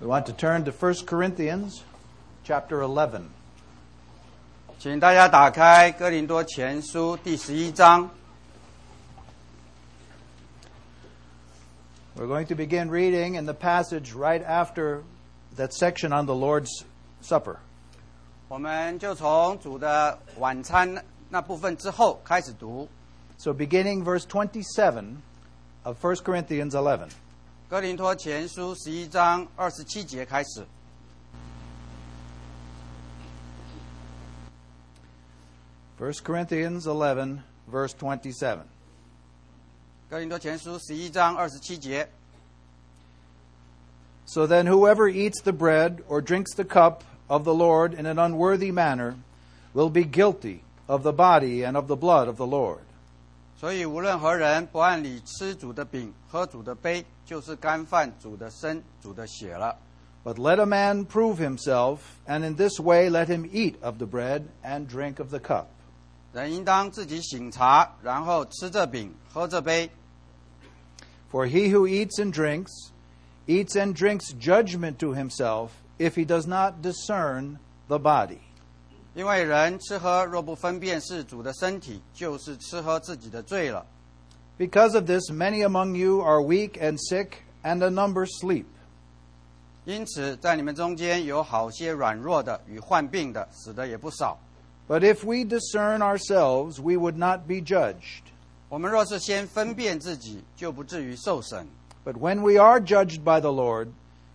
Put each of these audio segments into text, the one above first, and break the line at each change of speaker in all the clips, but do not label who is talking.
We want to turn to 1 Corinthians chapter 11.
请大家打开《哥林多前书》第十一章，
We're going to begin reading in the passage right after that section on the Lord's Supper.
我们就从主的晚餐那部分之后开始读。
So, beginning verse 27 of 1 Corinthians 11.
哥林多前书十一章二十七节开始。
1 Corinthians 11, verse 27.
哥林多前书十一章二十七节，
So then, whoever eats the bread or drinks the cup of the Lord in an unworthy manner will be guilty of the body and of the blood of the Lord.
所以无论何人不按理吃主的饼，喝主的杯，就是干犯主的身、主的血了。
But let a man prove himself, and in this way let him eat of the bread and drink of the cup.
人应当自己醒察，然后吃这饼，喝这杯，
For he who eats and drinks, eats and drinks judgment to himself if he does not discern the body.
因为人吃喝若不分辨是主的身体，就是吃喝自己的罪了。
Because of this, many among you are weak and sick, and a number sleep.
因此，在你们中间有好些软弱的与患病的，死的也不少。
But if we discern ourselves, we would not be judged.
我们若是先分辨自己，就不至于受审。
But when we are judged by the Lord,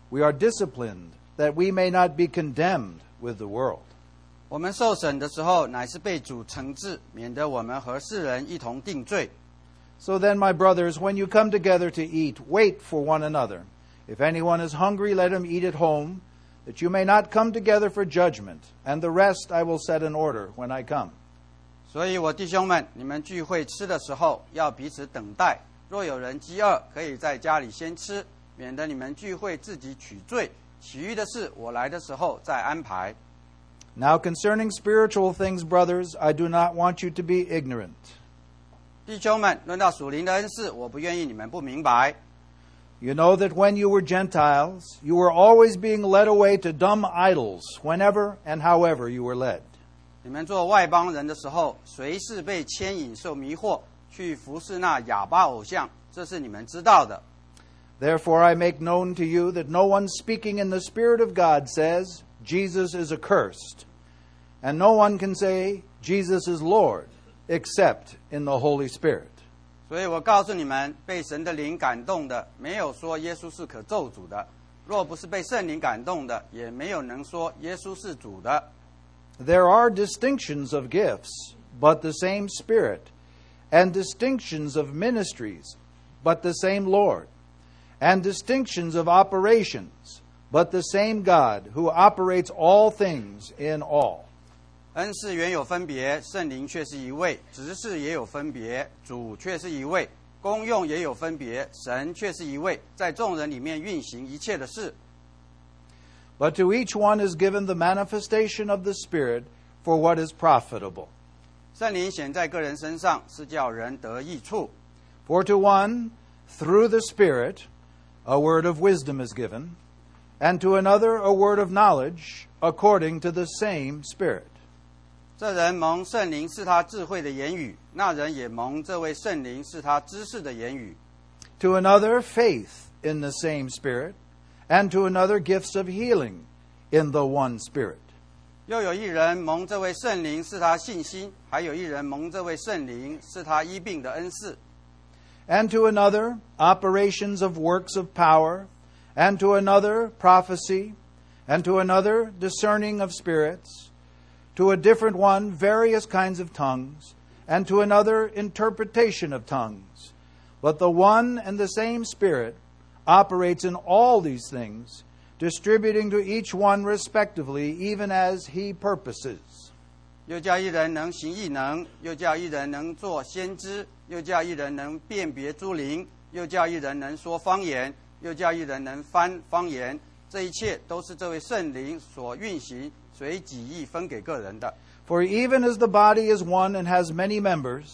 we are disciplined, that we may not be condemned with the world.
我们受审的时候，乃是被主惩治，免得我们和世人一同定罪。
So then, my brothers, when you come together to eat, wait for one another. If anyone is hungry, let him eat at home, that you may not come together for judgment, and the rest I will set in order when I come.
所以，我弟兄们，你们聚会吃的时候，要彼此等待。若有人饥饿，可以在家里先吃，免得你们聚会自己取罪。其余的事，我来的时候再安排。
Now, concerning spiritual things, brothers, I do not want you to be ignorant.
弟兄们，论到属灵的恩赐，我不愿意你们不明白。
You know that when you were Gentiles, you were always being led away to dumb idols, whenever and however you were led.
你们做外邦人的时候，随是被牵引、受迷惑，去服侍那哑巴偶像，这是你们知道的。
Therefore, I make known to you that no one speaking in the Spirit of God says, Jesus is accursed. And no one can say, Jesus is Lord, except in the Holy Spirit.
所以我告诉你们，被神的灵感动的，没有说耶稣是可咒诅的；若不是被圣灵感动的，也没有能说耶稣是主的。
There are distinctions of gifts, but the same Spirit, and distinctions of ministries, but the same Lord, and distinctions of operations, but the same God who operates all things in all.
恩赐原有分别，圣灵却是一位；执事也有分别，主却是一位；功用也有分别，神却是一位，在众人里面运行一切的事。
But to each one is given the manifestation of the Spirit for what is profitable.
圣灵显在个人身上，是叫人得益处。
For to one, through the Spirit, a word of wisdom is given, and to another, a word of knowledge according to the same Spirit.
这人蒙圣灵是他智慧的言语，那人也蒙这位圣灵是他知识的言语。
To another, faith in the same Spirit, and to another, gifts of healing in the one Spirit.
又有一人蒙这位圣灵是他信心，还有一人蒙这位圣灵是他医病的恩赐。
and to another operations of works of power, and to another prophecy, and to another discerning of spirits, to a different one various kinds of tongues, and to another interpretation of tongues. But the one and the same Spirit operates in all these things, distributing to each one respectively, even as he purposes.
又叫一人能行异能，又叫一人能做先知，又叫一人能辨别诸灵，又叫一人能说方言，又叫一人能翻方言。这一切都是这位圣灵所运行，随己意分给个人的。
For even as the body is one and has many members,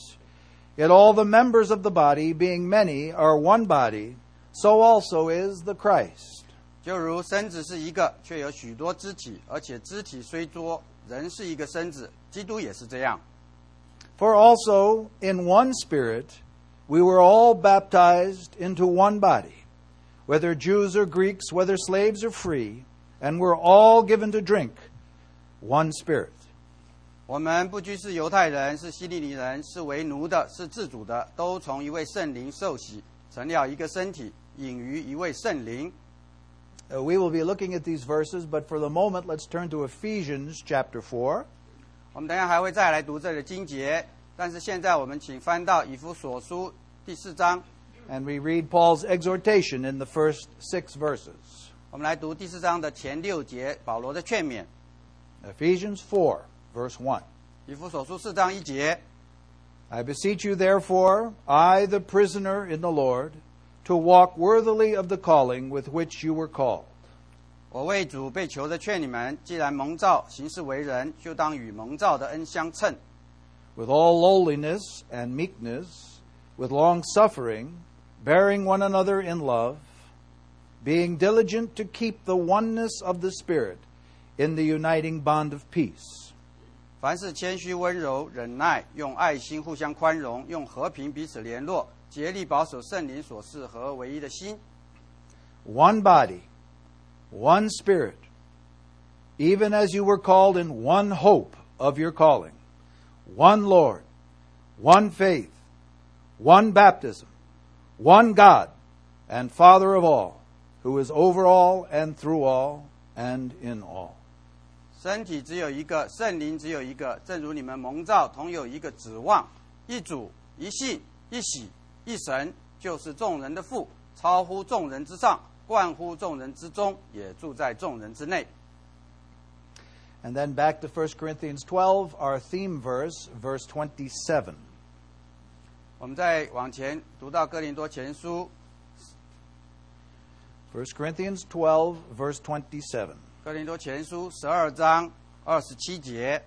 yet all the members of the body, being many, are one body, so also is the Christ.
就如身子是一个，却有许多肢体，而且肢体虽多，人是一个身子，基督也是这样。
For also in one Spirit we were all baptized into one body, whether Jews or Greeks, whether slaves or free, and were all given to drink one Spirit.
我们不拘是犹太人，是希利尼人，是为奴的，是自主的，都从一位圣灵受洗，成了一个身体，隐于一位圣灵。
Uh, we will be looking at these verses, but for the moment, let's turn to Ephesians chapter 4.
我们等一下还会再来读这个经节，但是现在我们请翻到以弗所书第四章，
And we read Paul's exhortation in the first six verses.
我们来读第四章的前六节，保罗的劝勉。
Ephesians 4, verse 1.
以弗所书四章一节，
I beseech you, therefore, I, the prisoner in the Lord, to walk worthily of the calling with which you were called,
我为主被囚的劝你们，既然蒙召行事为人，就当与蒙召的恩相称，
with all lowliness and meekness, with long suffering, bearing one another in love, being diligent to keep the oneness of the Spirit in the uniting bond of peace.
凡事谦虚、温柔、忍耐，用爱心互相宽容，用和平彼此联络，竭力保守圣灵所示和唯一的心。
one body, one spirit, even as you were called in one hope of your calling, one Lord, one faith, one baptism, one God, and Father of all, who is over all and through all and in all.
身体只有一个，圣灵只有一个，正如你们蒙召同有一个指望，一主、一信、一喜、一神，就是众人的父，超乎众人之上，冠乎众人之中，也住在众人之内。
And then back to 1 Corinthians 12, our theme verse, verse 27.
我们再往前读到哥林多前书，
1 Corinthians 12, verse 27.
哥林多前书十二章二十七节。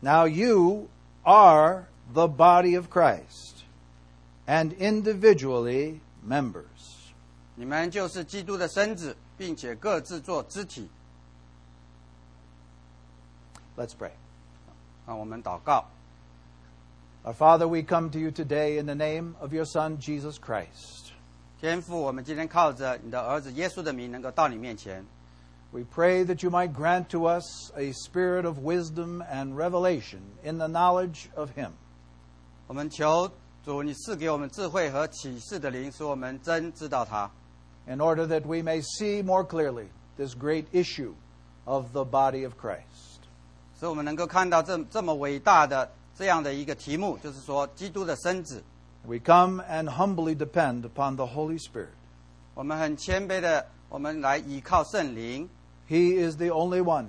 Now you are the body of Christ and individually members.
你们就是基督的身子，并且各自做肢体。
Let's pray.
让啊我们祷告，
Our Father, we come to you today in the name of your Son, Jesus Christ.
天父，我们今天靠着你的儿子耶稣的名，能够到你面前。
We pray that you might grant to us a spirit of wisdom and revelation in the knowledge of Him,
我们求主，你赐给我们智慧和启示的灵，使我们真知道它，
in order that we may see more clearly this great issue of the body of Christ.
使我们能够看到这这么伟大的这样的一个题目，就是说基督的身子。
We come and humbly depend upon the Holy Spirit.
我们很谦卑的，我们来依靠圣灵，
He is the only one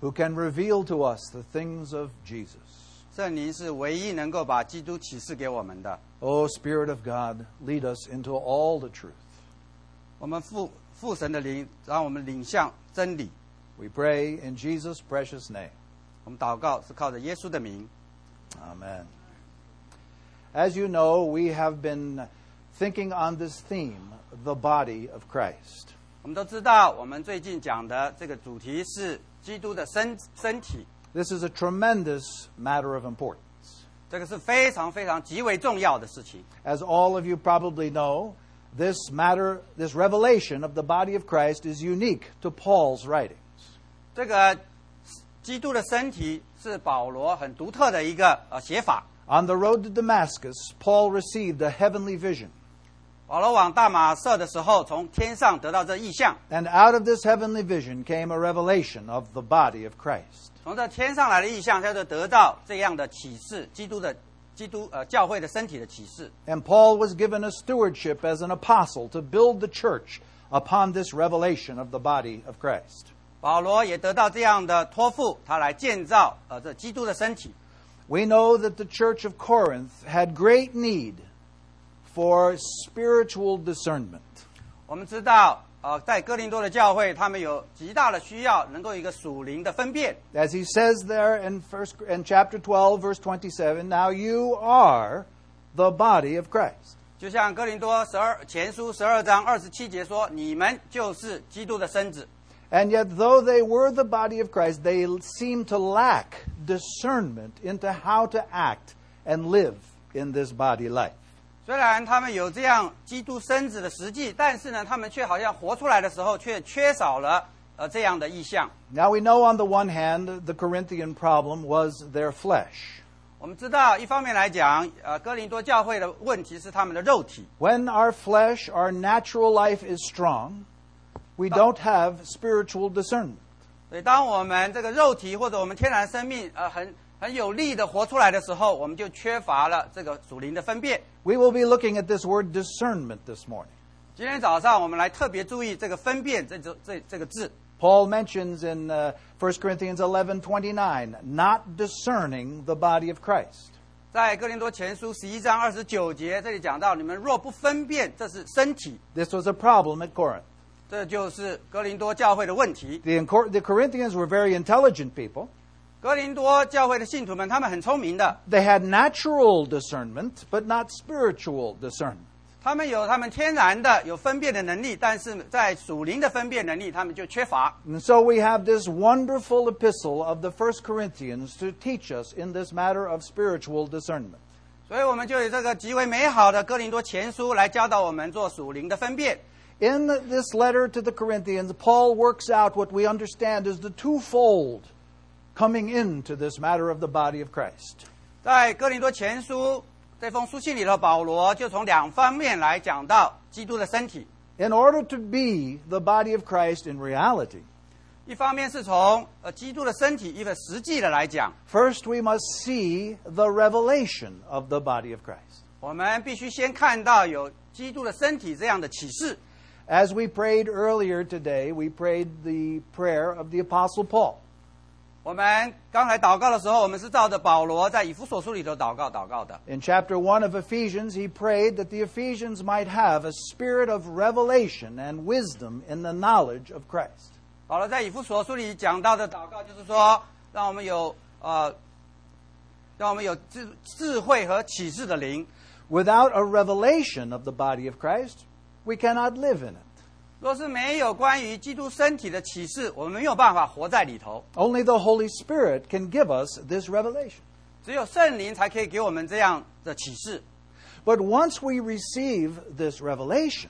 who can reveal to us the things of Jesus.
圣灵是唯一能够把基督启示给我们的。
O Spirit of God, lead us into all the truth.
我们父父神的灵，让我们领向真理。
We pray in Jesus' precious name.
我们祷告是靠着耶稣的名。
Amen. As you know, we have been thinking on this theme, the body of Christ.
我们都知道，我们最近讲的这个主题是基督的身身体，
This is a tremendous matter of importance.
这个是非常非常极为重要的事情。
As all of you probably know, this matter, this revelation of the body of Christ is unique to Paul's writings.
这个基督的身体是保罗很独特的一个呃写法。
On the road to Damascus, Paul received a heavenly vision.
保罗往大马色的时候，从天上得到这意象，
And out of this heavenly vision came a revelation of the body of Christ.
从这天上来的意象，他就得到这样的启示，基督的基督呃教会的身体的启示。
And Paul was given a stewardship as an apostle to build the church upon this revelation of the body of Christ.
保罗也得到这样的托付，他来建造呃这基督的身体。
We know that the church of Corinth had great need for spiritual discernment.
我们知道，呃，在哥林多的教会，他们有极大的需要，能够有一个属灵的分辨。
As he says there in, first, in chapter 12, verse 27, now you are the body of Christ.
就就像哥林多十二前书十二章二十七节说：“你们就是基督的身子。
And yet, though they were the body of Christ, they seemed to lack discernment into how to act and live in this body life. ”
虽然他们有这样基督身子的实际，但是呢，他们却好像活出来的时候却缺少了呃这样的意象。
Now, we know on the one hand, the Corinthian problem was their flesh.
我们知道，一方面来讲，呃，哥林多教会的问题是他们的肉体。
When our flesh, our natural life is strong, we don't have spiritual discernment.
所以，当我们这个肉体或者我们天然生命呃很很有力的活出来的时候，我们就缺乏了这个属灵的分辨。
We will be looking at this word discernment this morning.
今天早上我们来特别注意这个“分辨”这这这这个字。
Paul mentions in uh, 1 Corinthians 11:29 not discerning the body of Christ.
在哥林多前书十一章二十九节这里讲到，你们若不分辨，这是身体，
This was a problem at Corinth.
这就是哥林多教会的问题。
The, Cor- the Corinthians were very intelligent people.
哥林多教会的信徒们，他们很聪明的，
They had natural discernment, but not spiritual discernment.
他们有他们天然的有分辨的能力，但是在属灵的分辨能力，他们就缺乏。
And so we have this wonderful epistle of the First Corinthians to teach us in this matter of spiritual discernment.
所以我们就以这个极为美好的哥林多前书来教导我们做属灵的分辨。
In this letter to the Corinthians, Paul works out what we understand is the twofold coming into this matter of the body of Christ.
在哥林多前书这封书信里头，保罗就从两方面来讲到基督的身体，
In order to be the body of Christ in reality,
一方面是从呃基督的身体一个实际的来讲，
first we must see the revelation of the body of Christ.
我们必须先看到有基督的身体这样的启示。
As we prayed earlier today, we prayed the prayer of the Apostle Paul.
我们刚才祷告的时候，我们是照着保罗在以弗所书里头祷告祷告的。
In chapter 1 of Ephesians, he prayed that the Ephesians might have a spirit of revelation and wisdom in the knowledge of Christ.
保罗在以弗所书里讲到的祷告，就是说，让我们有呃，让我们有智智慧和启示的灵。
Without a revelation of the body of Christ, we cannot live in it.
若是没有关于基督身体的启示，我们没有办法活在里头。
Only the Holy Spirit can give us this revelation.
只有圣灵才可以给我们这样的启示。
But once we receive this revelation,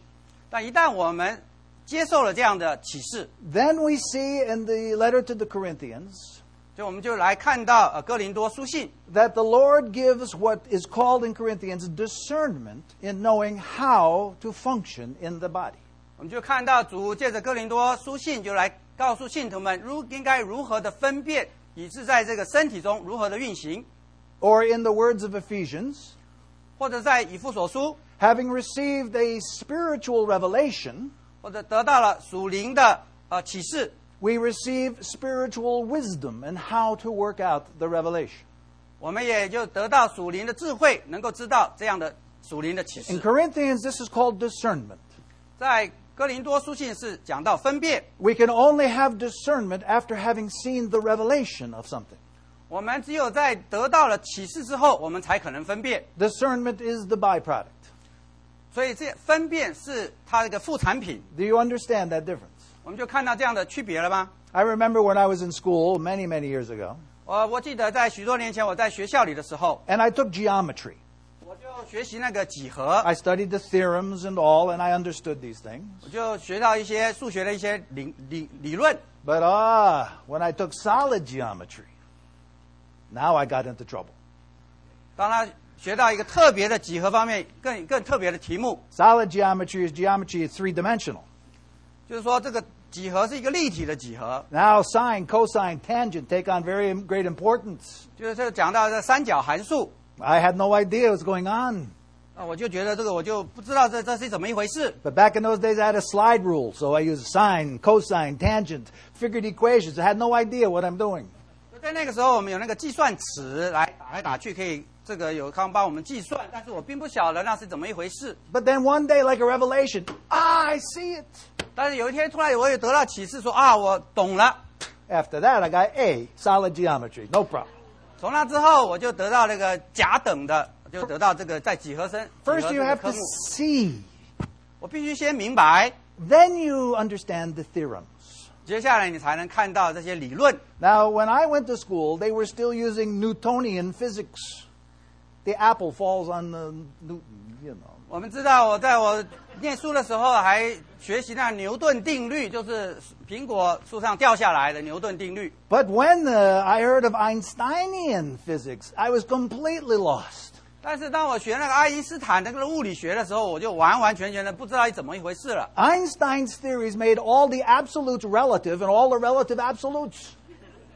但一旦我们接受了这样的启示，
then we see in the letter to the Corinthians
就我们就来看到呃哥林多书信，
that the Lord gives what is called in Corinthians discernment in knowing how to function in the body.
我们就看到主借着哥林多书信就来告诉信徒们如应该如何的分辨，以致在这个身体中如何的运行，
Or, in the words of Ephesians,
或者在以父所书，
having received a spiritual revelation,
或者得到了属灵的呃启示，
we receive spiritual wisdom and how to work out the revelation.
我们也就得到属灵的智慧，能够知道这样的属灵的启
In
示。
Corinthians, this is called discernment.
在哥林多书信是讲到分辨，
We can only have discernment after having seen the revelation of something.
我们只有在得到了启示之后，我们才可能分辨。
Discernment is the byproduct.
所以这分辨是它的一个副产品。
Do you understand that difference?
我们就看到这样的区别了吗？
I remember when I was in school many, many years ago,
我我记得在许多年前我在学校里的时候，
and I took geometry.
我就学习那个几何，
I studied the theorems and all, and I understood these things.
我就学到一些数学的一些理理理论。
But ah, when I took solid geometry, now I got into trouble.
当他学到一个特别的几何方面更更特别的题目，
Solid geometry is geometry is three dimensional.
就是说这个几何是一个立体的几何，
Now sine, cosine, tangent take on very im- great importance.
就是这个讲到这三角函数。
I had no idea what was going on.
啊，我就觉得这个我就不知道这这是怎么一回事，
But back in those days, I had a slide rule, so I used sine, cosine, tangent, figured equations. I had no idea what I'm doing.
在那个时候，我们有那个计算尺来打来打去，可以这个有康帮我们计算，但是我并不晓得那是怎么一回事。
But then one day, like a revelation, ah, I see it.
但是有一天突然我也得到启示说啊，我懂了。
After that, I got A, solid geometry, no problem.
从那之后我就得到那个甲等的就得到这个在几何生。
First,
几
you
何
have
这个科
to
目
see.
我必须先明白，
Then you understand the theorems.
接下来你才能看到这些理论。
Now, when I went to school, they were still using Newtonian physics. The apple falls on the Newton, you know.
我们知道，我在我念书的时候还学习那牛顿定律，就是苹果树上掉下来的牛顿定律。
But when uh, I heard of Einsteinian physics, I was completely lost.
但是当我学那个爱因斯坦那个物理学的时候，我就完完全全的不知道怎么一回事了。
Einstein's theories made all the absolutes relative and all the relative absolutes.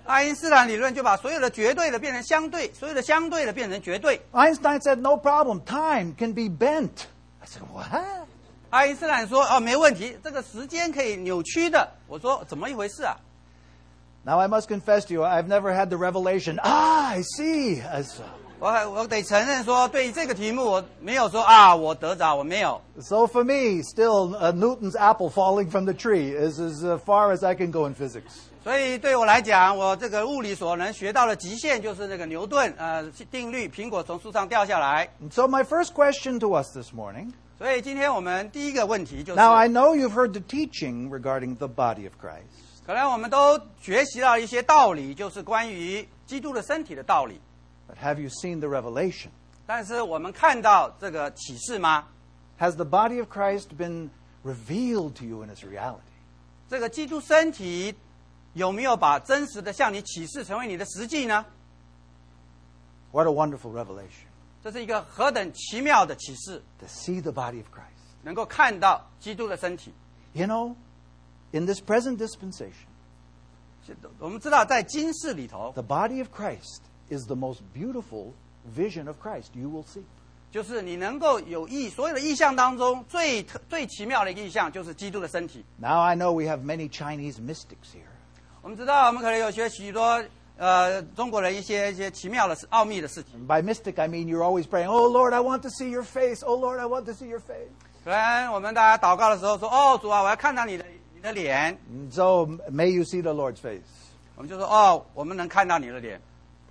爱因斯坦理论就把所有的绝对的变成相对，所有的相对的变成绝对。
Einstein said, no problem, time can be bent. I said, what?
爱因斯坦说：“哦，没问题，这个时间可以扭曲的。”我说：“怎么一回事啊
Now I must confess to you, I've never had the revelation. Ah, I see. As-？” uh,
我还我得承认说，对于这个题目，我没有说啊，我得着，我没有。
So for me, still uh, Newton's apple falling from the tree is as uh, far as I can go in physics.
所以对我来讲，我这个物理所能学到的极限就是那个牛顿呃定律，苹果从树上掉下来。
And so my first question to us this morning.
所以今天我们第一个问题就是，
Now I know you've heard the teaching regarding the body of Christ,
可能我们都学习到一些道理，就是关于基督的身体的道理。
but have you seen the revelation?
但是我们看到这个启示吗？
Has the body of Christ been revealed to you in its reality?
这个基督身体有没有把真实的向你启示，成为你的实际呢？
What a wonderful revelation
这是一个何等奇妙的启示，
to see the body of Christ.
能够看到基督的身体。
You know, in this present dispensation,
我们知道，在今世里头，
the body of Christ is the most beautiful vision of Christ you will see.
就是你能够有意所有的意象当中最特最奇妙的一个意象，就是基督的身体。
Now I know we have many Chinese mystics here.
我们知道，我们可能有学许多呃中国人一些一些奇妙的事、奥秘的事
And
情。
by mystic, I mean you're always praying, Oh Lord, I want to see your face. Oh Lord, I want to see your face.
可能我们大家祷告的时候说：“哦，主啊，我要看到你的你的脸。
And so m- may you see the Lord's face. ”
我们就说：“哦，我们能看到你的脸。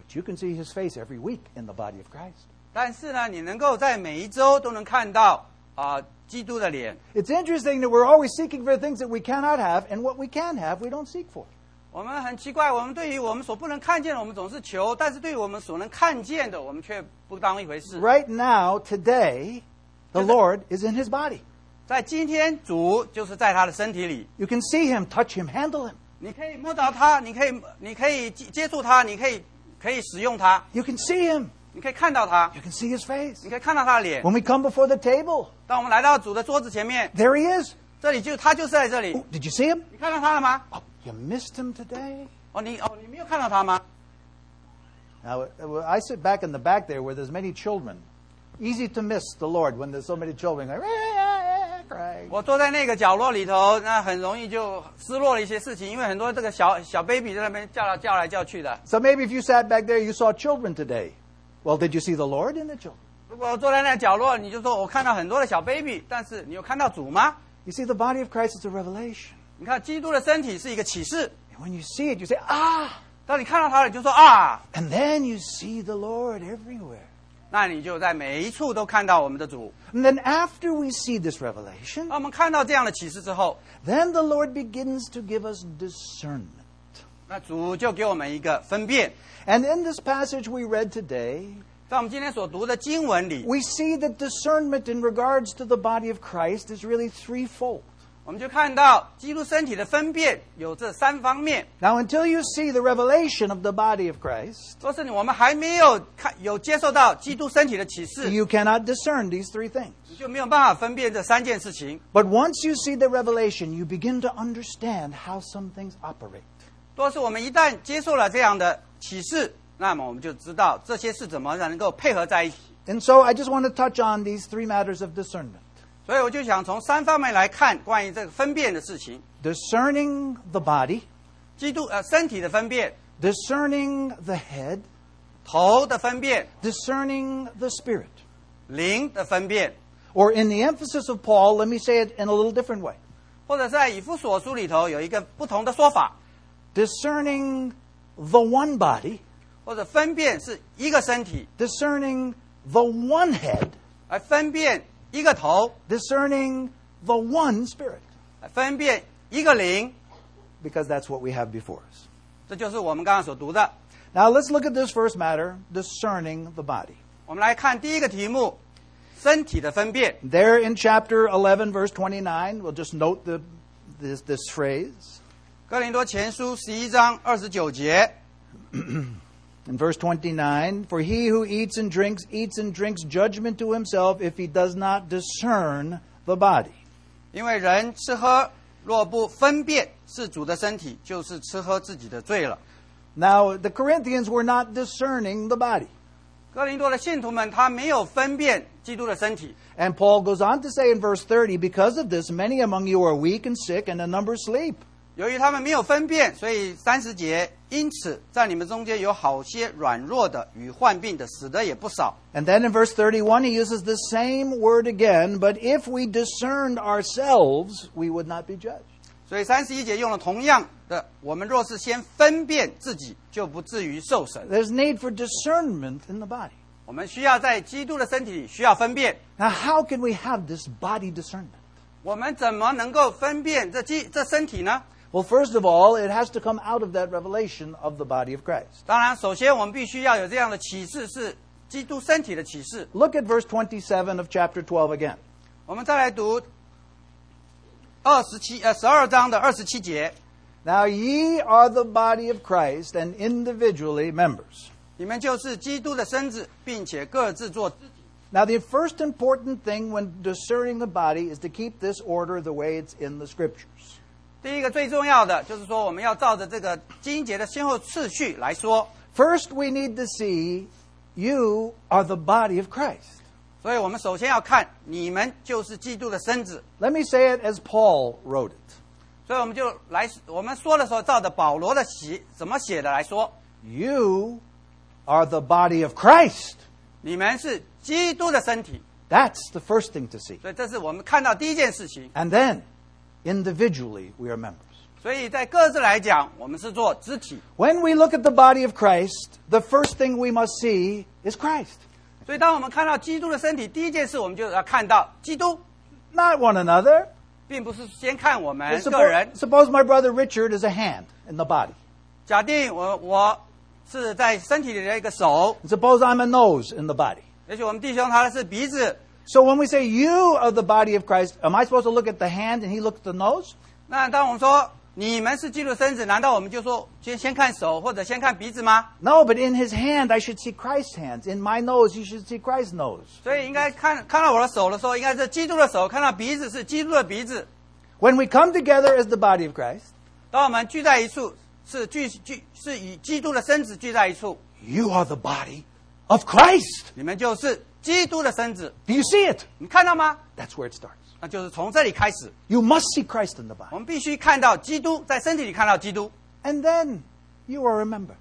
But you can see his face every week in the body of Christ. ”
但是呢，你能够在每一周都能看到啊、基督的脸。
It's interesting that we're always seeking for things that we cannot have, and what we can have, we don't seek for.
我们很奇怪，我们对于我们所不能看见的，我们总是求；但是对于我们所能看见的，我们却不当一回事。
Right now, today, the Lord is in his body.
在今天，主就是在他的身体里，
You can see him, touch him, handle him.
你可以摸到它，你可以，你可以接接触它，你可以可以使用它，
You can see him.
你可以看到它，
You can see his face.
你可以看到它的脸。
When we come before the table,
当我们来到主的桌子前面，
there he is.
这里就它就是在这里，
Oh, did you see him?
你看到它了吗？
Oh, you missed him today.
哦，你哦，你没有看到它吗？
Now, uh, I sit back in the back there where there's many children. Easy to miss the Lord when there's so many children like, "Ah, ah, ah," crying.
我坐在那个角落里头，那很容易就失落了一些事情，因为很多这个小小 baby 在那边叫来叫来叫去的。
So maybe if you sat back there, you saw children today. Well, did you see the Lord in the children?
如果我坐在那角落，你就说我看到很多的小 baby，但是你有看到主吗？
You see, the body of Christ is a revelation.
你看基督的身体是一个启示，
And when you see it, you say, ah!
当你看到它了，你就说啊，
And then you see the Lord everywhere.
那你就在每一处都看到我们的主。
And then after we see this revelation,
当我们看到这样的启示之后，
then the Lord begins to give us discernment.
那主就给我们一个分辨。
And in this passage we read today,
在我们今天所读的经文里，
we see that discernment in regards to the body of Christ is really threefold.
我们就看到基督身体的分辨有这三方面。
Now, until you see the revelation of the body of Christ,
若是我们还没有看有接受到基督身体的启示，
you cannot discern these three things.
你就没有办法分辨这三件事情。
But once you see the revelation, you begin to understand how some things operate.
若是我们一旦接受了这样的启示，那么我们就知道这些是怎么能够配合在一起。
And so I just want to touch on these three matters of discernment
所以我就想从三方面来看关于这个分辨的事情：
discerning the body,
基督呃身体的分辨、
discerning the head,
头的分辨、
discerning the spirit.
灵的分辨，
Or in the emphasis of Paul, let me say it in a little different way
或者在以弗所书里头有一个不同的说法，
discerning the one body.
或者分辨是一个身体，
discerning the one head,
来分辨一个头，
discerning the one spirit,
来分辨一个灵，
because that's what we have before us.
这就是我们刚刚所读的。
Now let's look at this first matter, discerning the body.
我们来看第一个题目：身体的分辨。
There in chapter 11, verse 29, we'll just note the, this, this phrase.
哥林多前书十一章二十九节，
In verse 29, for he who eats and drinks, eats and drinks judgment to himself if he does not discern the body.
因为人吃喝若不分辨是主的身体，就是吃喝自己的罪了。
Now, the Corinthians were not discerning the body.
哥林多的信徒们，他没有分辨基督的身体，
And Paul goes on to say in verse 30, because of this, many among you are weak and sick, and a number sleep.
由于他们没有分辨，所以三十节，因此在你们中间有好些软弱的与患病的，死的也不少。
And then in verse 31, he uses the same word again, but if we discerned ourselves, we would not be judged.
所以三十一节用了同样的，我们若是先分辨自己，就不至于受审。
There's need for discernment in the body.
我们需要在基督的身体里需要分辨。
Now, how can we have this body discernment?
我们怎么能够分辨这基这身体呢？
Well, first of all, it has to come out of that revelation of the body of Christ.
当然，首先我们必须要有这样的启示，是基督身体的启示。
Look at verse 27 of chapter 12 again.
我们再来读二十七呃十二章的二十七节：
Now, ye are the body of Christ, and individually members.
你们就是基督的身子，并且各自做自己。
Now, the first important thing when discerning the body is to keep this order the way it's in the scriptures.
第一个最重要的就是说，我们要照着这个经节的先后次序来说。
First, we need to see you are the body of Christ.
所以我们首先要看你们就是基督的身子。
Let me say it as Paul wrote it
所以我们就来，我们说的时候照着保罗的写怎么写的来说，
You are the body of Christ.
你们是基督的身体。
That's the first thing to see.
所以这是我们看到第一件事情。
And then, individually, we are members.
所以在各自来讲，我们是做肢体。
When we look at the body of Christ, the first thing we must see is Christ,
所以当我们看到基督的身体，第一件事我们就要看到基督，
not one another.
并不是先看我们
Suppo-
个人。
suppose my brother Richard is a hand in the body.
假定我我是在身体里的一个手，
And suppose I'm a nose in the body.
也许我们弟兄他是鼻子。
So when we say you are the body of Christ, am I supposed to look at the hand and he looked at the nose?
那当我们说你们是基督的身子，难道我们就说先先看手或者先看鼻子吗？
No, but in his hand I should see Christ's hands. In my nose you should see Christ's nose.
所以应该看看到我的手的时候，应该是基督的手；看到鼻子是基督的鼻子。
When we come together as the body of Christ,
当我们聚在一处，是聚聚是与基督的身子聚在一处，
you are the body of Christ.
你们就是基督的身子。
Do you see it?
你看到吗？
That's where it starts.
那就是从这里开始，
You must see Christ in the
我
body.
们必须看到基督在身体里看到基督。
And then you are a member.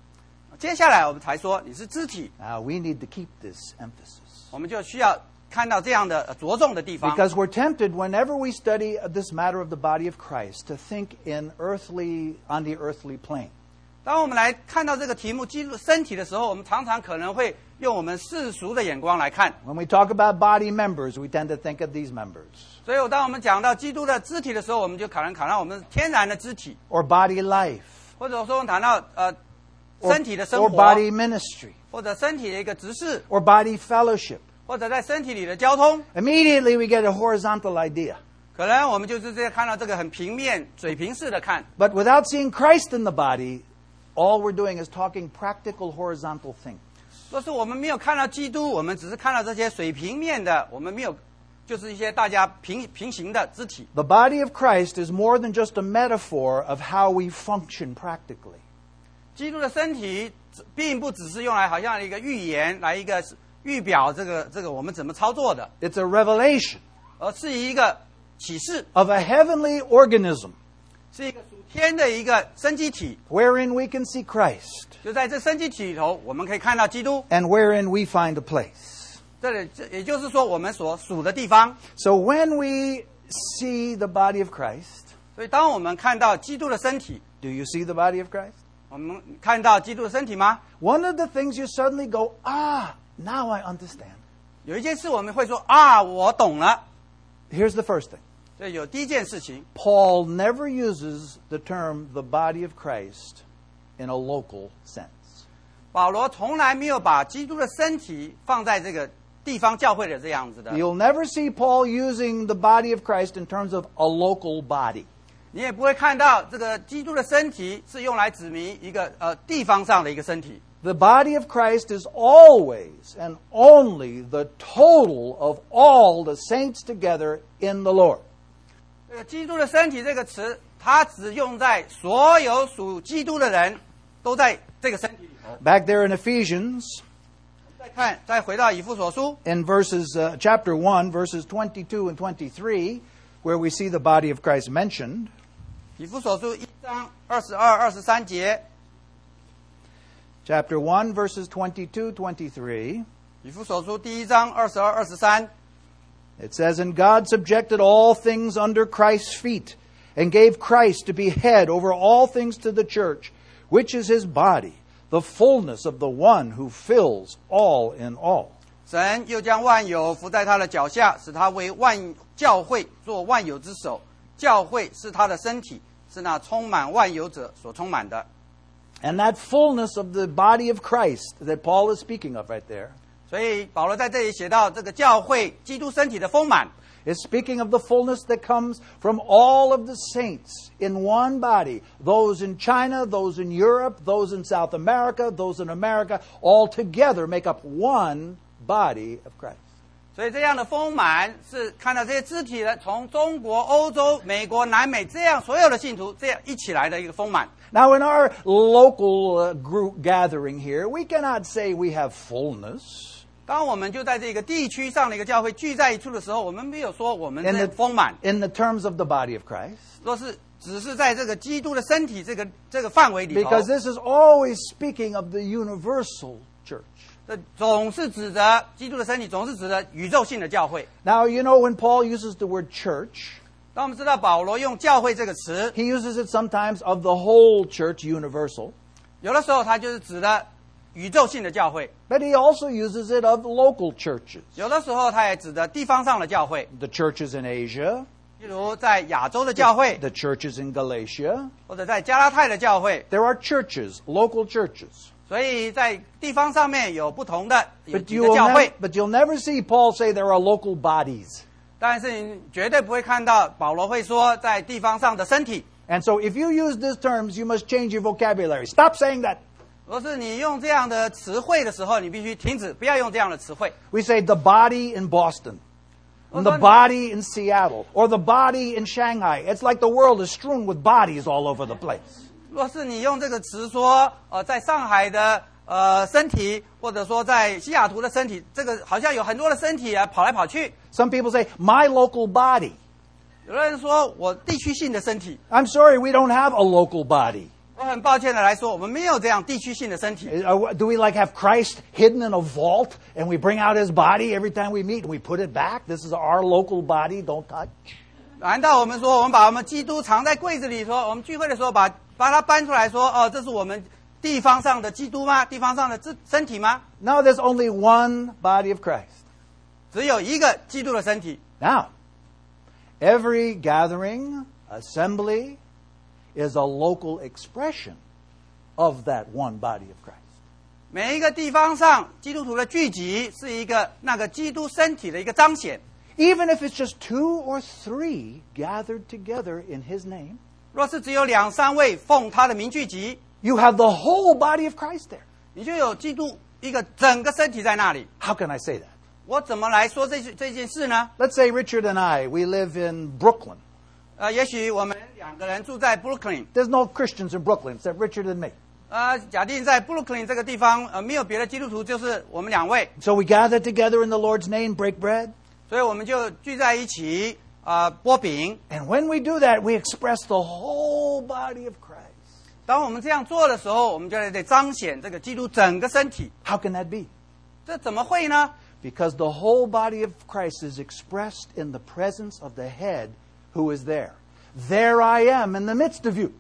接下来我们才说你是肢体，
Now we need to keep this emphasis.
我们就需要看到这样的呃着重的地方。
Because we're tempted whenever we study this matter of the body of Christ to think in earthly on the earthly plane.
当我们来看到这个题目“基督身体”的时候，我们常常可能会用我们世俗的眼光来看。
When we talk about body members, we tend to think of these members
所以，当我们讲到基督的肢体的时候，我们就可能谈到我们天然的肢体，
or body life
或者说我们谈到呃
or,
身体的生
or
活，
body ministry
或者身体的一个直视，
or body fellowship.
或者在身体里的交通。
Immediately we get a horizontal idea.
可能我们就是这样看到这个很平面、水平式的看。
But without seeing Christ in the body, all we're doing is talking practical horizontal things.
若是我们没有看到基督，我们只是看到这些水平面的，我们没有，就是一些大家平平行的肢体。
The body of Christ is more than just a metaphor of how we function practically.
基督的身体只并不只是用来好像一个预言，来一个预表这个这个我们怎么操作的，
It's a revelation
而是一个启示，
of a heavenly organism
是一个属天的一个生机体。
wherein we can see Christ
就在这生机体里头，我们可以看到基督。
and wherein we find a place.
这里这也就是说，我们所属的地方。
So when we see the body of Christ,
所以，当我们看到基督的身体，
do you see the body of Christ?
我们看到基督的身体吗？
One of the things you suddenly go, ah, now I understand.
有一件事我们会说啊，我懂了。
Here's the first thing
这有第一件事情，
Paul never uses the term the body of Christ in a local sense.
保罗从来没有把基督的身体放在这个地方教会的这样子的，
You'll never see Paul using the body of Christ in terms of a local body.
你也不会看到这个基督的身体是用来指明一个呃地方上的一个身体。
The body of Christ is always and only the total of all the saints together in the Lord.
这个呃基督的身体这个词，它只用在所有属基督的人都在这个身体里头。
Back there in Ephesians,
再看，再回到以父所书
in verses uh, chapter 1 verses 22 and 23 where we see the body of christ mentioned
以父所书一章二十二、二十三节，
chapter 1 verses 22 23
以父所书第一章二十二、二十三，
it says and god subjected all things under christ's feet and gave christ to be head over all things to the church which is his body the fullness of the one who fills all in all
神又将万有伏在他的脚下，使他为万教会做万有之首。教会是他的身体，是那充满万有者所充满的。
and that fullness of the body of christ that paul is speaking of right there
所以保罗在这里写到这个教会基督身体的丰满，
is speaking of the fullness that comes from all of the saints in one body those in China, those in Europe, those in South America, those in America, all together make up one body of Christ.
所以这样的丰满是看到这些肢体人从中国、欧洲、美国、南美这样所有的信徒这样一起来的一个丰满。
Now, in our local uh, group gathering here, we cannot say we have fullness.
当我们就在这个地区上的一个教会聚在一处的时候，我们没有说我们
In
是
the,
丰满，
in the terms of the body of Christ,
若是只是在这个基督的身体这个这个范围里头，
because this is always speaking of the universal church.
这总是指着基督的身体，总是指着宇宙性的教会。
Now, you know, when Paul uses the word church,
当我们知道保罗用“教会”这个词，
He uses it sometimes of the whole church universal,
有的时候他就是指的宇宙性的教会，
but he also uses it of local churches.
有的时候他也指的地方上的教会，
The churches in Asia,
例如在亚洲的教会，
the churches in Galatia.
或者在加拉太的教会。
There are churches, local churches.
所以在地方上面有不同的有
But,
几
you
个
will
教
nev-
会，
but you'll never see Paul say there are local bodies.
但是你绝对不会看到保罗会说在地方上的身体。
And so if you use these terms, you must change your vocabulary. Stop saying that.
若是你用这样的词汇的时候，你必须停止，不要用这样的词汇。
We say the body in Boston,
Well,
the
then-
body in Seattle, or the body in Shanghai. It's like the world is strewn with bodies all over the place.
若是你用这个词说，呃，在上海的呃身体，或者说在西雅图的身体，这个好像有很多的身体啊跑来跑去。
Some people say, my local body.
有的人说我地区性的身体，
I'm sorry, we don't have a local body.
我很抱歉的来说，我们没有这样地区性的身体。
Uh, Do we like have Christ hidden in a vault and we bring out his body every time we meet and we put it back? This is our local body, don't touch.
难道我们说我们把我们基督藏在柜子里说我们聚会的时候把把它搬出来说，哦，这是我们地方上的基督吗？地方上的这身体吗？
No, there's only one body of Christ.
只有一个基督的身体。
Now, every gathering, assembly is a local expression of that one body of Christ.
每一个地方上基督徒的聚集是一个那个基督身体的一个彰显。
Even if it's just two or three gathered together in his name,
若是只有两三位奉他的名聚集，
you have the whole body of Christ there.
你就有基督一个整个身体在那里。
How can I say that?
我怎么来说这这件事呢？
Let's say Richard and I, we live in Brooklyn.
呃，也许我们两个人住在 Brooklyn，
There's no Christians in Brooklyn except Richard and me.
呃，假定在 Brooklyn 这个地方，呃，没有别的基督徒，就是我们两位，
So we gather together in the Lord's name, break bread.
所以我们就聚在一起，啊，剥饼。
And when we do that, we express the whole body of Christ.
当我们这样做的时候，我们就得彰显这个基督整个身体。
How can that be?
这怎么会呢？
Because the whole body of Christ is expressed in the presence of the head who is there. There I am in the midst of you.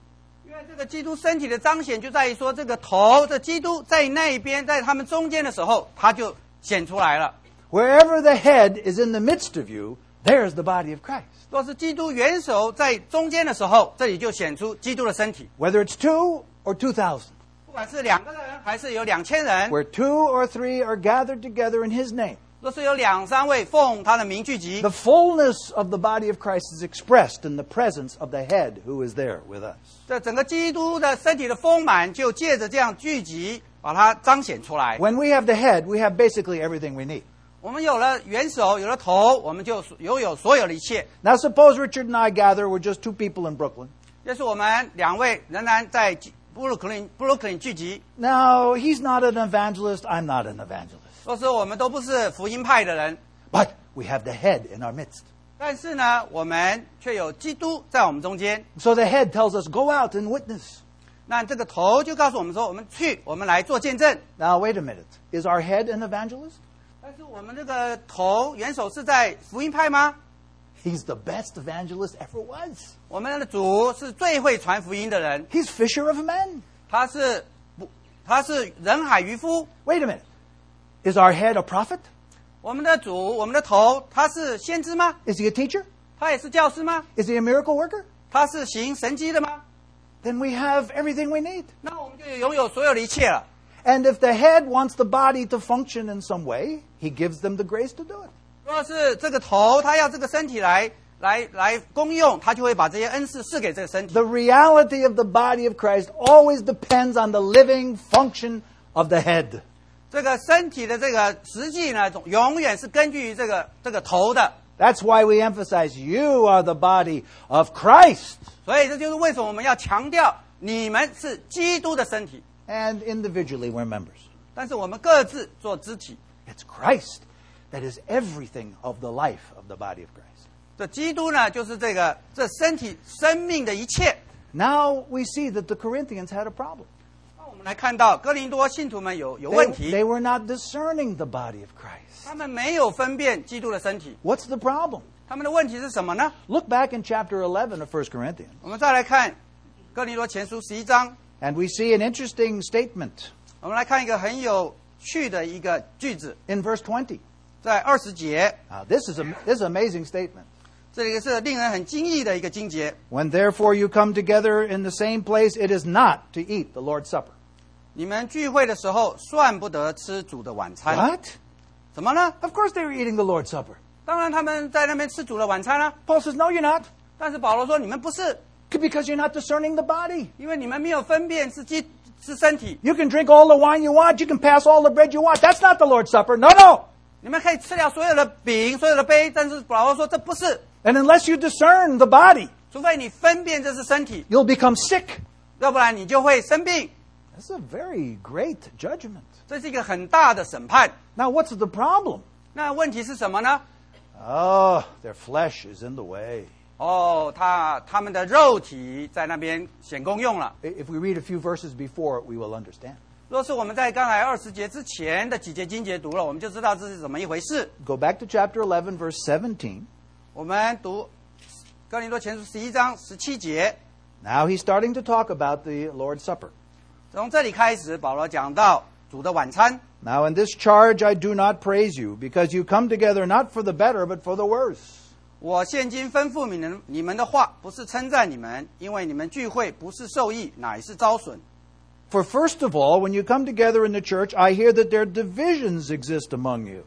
因为这个基督身体的彰显就在于说，这个头，这基督在那一边，在他们中间的时候，他就显出来了。
Wherever the head is in the midst of you, there's the body of Christ.
若是基督元首在中间的时候，这里就显出基督的身体。
Whether it's two or two thousand,
不管是两个人，还是有两千人，
where two or three are gathered together in His name,
若是有两三位奉他的名聚集
the，fullness of the body of Christ is expressed in the presence of the head who is there with us.
这整个基督的身体的丰满就借着这样聚集，把它彰显出来。
When we have the head, we have basically everything we need.
我们有了元首，有了头，我们就拥有所有的一切。
Now, suppose Richard and I gather, we're just two people in Brooklyn.
要是我们两位仍然在基布鲁克林布鲁克林聚集，
Now, he's not an evangelist, I'm not an evangelist.
若是我们都不是福音派的人，
But we have the head in our midst.
但是呢，我们却有基督在我们中间。
So the head tells us, go out and witness.
那这个头就告诉我们说，我们去，我们来做见证。
Now, wait a minute. Is our head an evangelist?
但是我们这个头元首是在福音派吗？
He's the best evangelist ever was.
我们的主是最会传福音的人，
He's fisher of men.
他是不，他是人海渔夫。
Wait a minute. Is our head a prophet?
我们的主，我们的头，他是先知吗？
Is he a teacher?
他也是教师吗？
Is he a miracle worker?
他是行神迹的吗？
Then we have everything we need.
那我们就拥有所有的一切了。
And if the head wants the body to function in some way, he gives them the grace to do it.
若是这个头，他要这个身体来来来公用，他就会把这些恩赐赐给这个身体。
The reality of the body of Christ always depends on the living function of the head.
这个身体的这个实际呢，总永远是根据于这个这个头的。
That's why we emphasize you are the body of Christ.
所以这就是为什么我们要强调你们是基督的身体，
And individually, we're members.
但是我们各自做肢体。
It's Christ that is everything of the life of the body of Christ.
这基督呢，就是这个这身体生命的一切。
Now we see that the Corinthians had a problem.
那我们来看到哥林多信徒们有有
They,
问
they
题，
were not discerning the body of Christ.
他们没有分辨基督的身体，
What's the problem?
他们的问题是什么呢？
Look back in chapter 11 of 1 Corinthians,
我们再来看哥林多前书十一章，
and we see an interesting statement
我们来看一个很有趣的一个句子，
in verse 20.
在二十节，
Now, Uh, this is, a, this is an amazing statement.
这里是令人很惊异的一个经节。
When therefore you come together in the same place, it is not to eat the Lord's Supper.
你们聚会的时候，算不得吃主的晚餐。
What?
怎么呢？
Of course they were eating the Lord's Supper.
当然他们在那边吃主的晚餐啦、啊
Paul says, No, you're not,
但是保罗说，你们不是，
because you're not discerning the body.
因为你们没有分辨是基是身体，
You can drink all the wine you want, you can pass all the bread you want. That's not the Lord's Supper. No, no.
你们可以吃掉所有的饼、所有的杯，但是保罗说这不是，
And unless you discern the body,
除非你分辨这是身体，
you'll become sick.
要不然你就会生病。
That's a very great judgment.
这是一个很大的审判。
Now, what's the problem?
那问题是什么呢？
Oh, their flesh is in the way.
哦，他他们的肉体在那边显功用了。
I- If we read a few verses before, we will understand.
若是我们在刚才二十节之前的几节经节读了，我们就知道这是怎么一回事。
Go back to chapter 11, verse 17.
我们读哥林多前书十一章十七节，
Now he's starting to talk about the Lord's Supper.
从这里开始，保罗讲到主的晚餐。
Now, in this charge I do not praise you, because you come together not for the better, but for the worse.
我现今吩咐你们，你们的话不是称赞你们，因为你们聚会不是受益，乃是遭损。
For first of all, when you come together in the church, I hear that there divisions exist among you.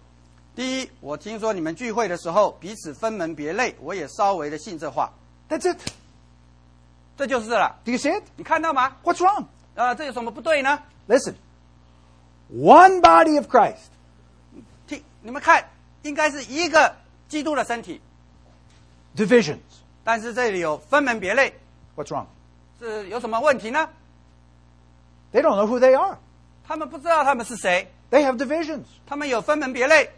第一，我听说你们聚会的时候彼此分门别类，我也稍微的信这话，
That's it.
这就是了。
Do you see it?
你看到吗？
What's wrong?
呃，这有什么不对呢？
Listen. One body of Christ.
听你们看，应该是一个基督的身体，
Divisions.
但是这里有分门别类，
What's wrong?
是有什么问题呢？
They don't know who they are.
他们不知道他们是谁，
They have divisions.
他们有分门别类，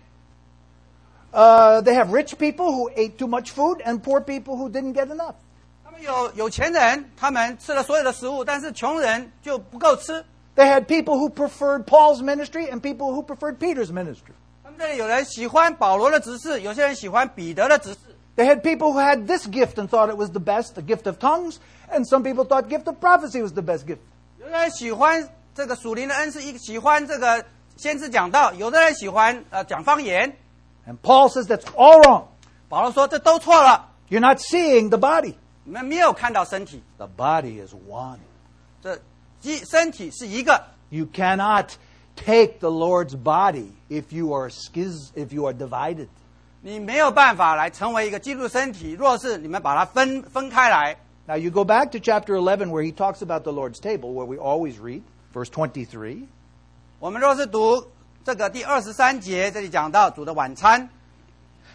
Uh, they have rich people who ate too much food and poor people who didn't get enough.
他们有有钱人，他们吃了所有的食物，但是穷人就不够吃。
They had people who preferred Paul's ministry and people who preferred Peter's ministry.
他们这里有人喜欢保罗的执事，有些人喜欢彼得的执事，
They had people who had this gift and thought it was the best, the gift of tongues, and some people thought gift of prophecy was the best gift.
有的人喜欢这个属灵的恩赐，一喜欢这个先知讲道，有的人喜欢呃讲方言。
And Paul says that's all wrong.
保罗说：“这都错了，
You're not seeing the body.
你们没有看到身体，
The body is one.
这一身体是一个，
You cannot take the Lord's body if you are schiz, if you are divided.
你没有办法来成为一个基督身体。若是你们把它分分开来，
Now you go back to chapter 11 where he talks about the Lord's table where we always read verse 23.
我们若是读这个第二十三节，这里讲到主的晚餐，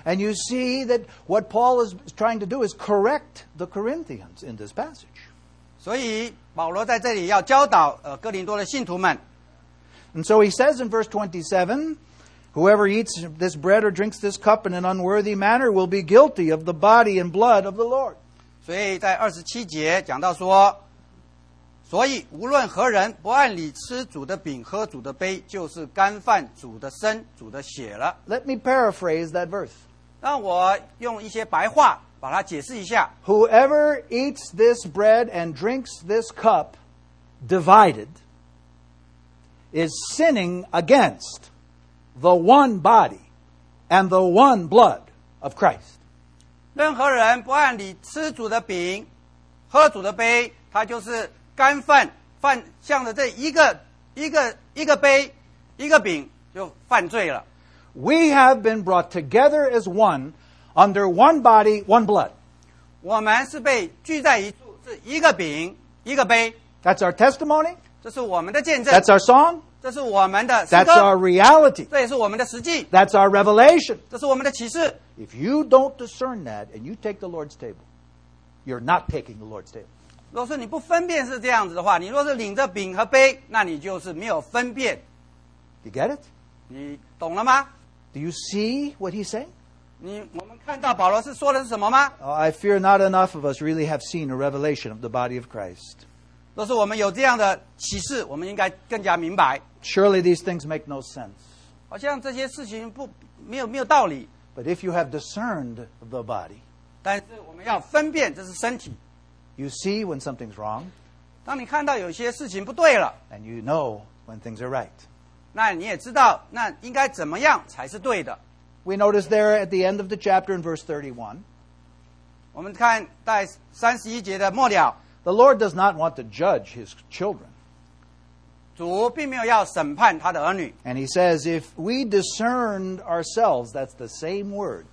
And you see that what Paul is trying to do is correct the Corinthians in this passage.
所以保罗在这里要教导呃哥林多的信徒们，
And so he says in verse 27 Whoever eats this bread or drinks this cup in an unworthy manner will be guilty of the body and blood of the Lord.
所以在二十七节讲到说，所以无论何人不按理吃主的饼、喝主的杯，就是干犯主的身、主的血了。
Let me paraphrase that verse.
让我用一些白话把它解释一下：
Whoever eats this bread and drinks this cup divided is sinning against the one body and the one blood of Christ.
任何人不按理吃主的饼、喝主的杯，他就是干犯犯向着这一个一个一个杯、一个饼就犯罪了。
We have been brought together as one under one body, one blood.
我们是被聚在一处，是一个饼、一个杯，
That's our testimony.
这是我们的见证。
That's our song.
这是我们的诗
That's
歌
our，reality.
这也是我们的实际，
That's our revelation.
这是我们的启示。
If you don't discern that and you take the Lord's table, you're not taking the Lord's table.
若是你不分辨是这样子的话，你若是领着饼和杯，那你就是没有分辨，
You get it?
你懂了吗？
Do you see what he's saying?
你我们看到保罗是说的是什么吗？
Oh, I fear not enough of us really have seen a revelation of the body of Christ.
若是我们有这样的启示，我们应该更加明白。
Surely these things make no sense.
好像这些事情不没有没有道理，
But if you have discerned the body,
但是我们要分辨这是身体。
you see when something's wrong
当你看到有些事情不对了，
and you know when things are right.
那你也知道那应该怎么样才是对的。
We notice there at the end of the chapter in verse 31,
我们看在三十一节的末了，
the Lord does not want to judge his children.
主并没有要审判他的儿女。
And he says, if we discerned ourselves, that's the same word,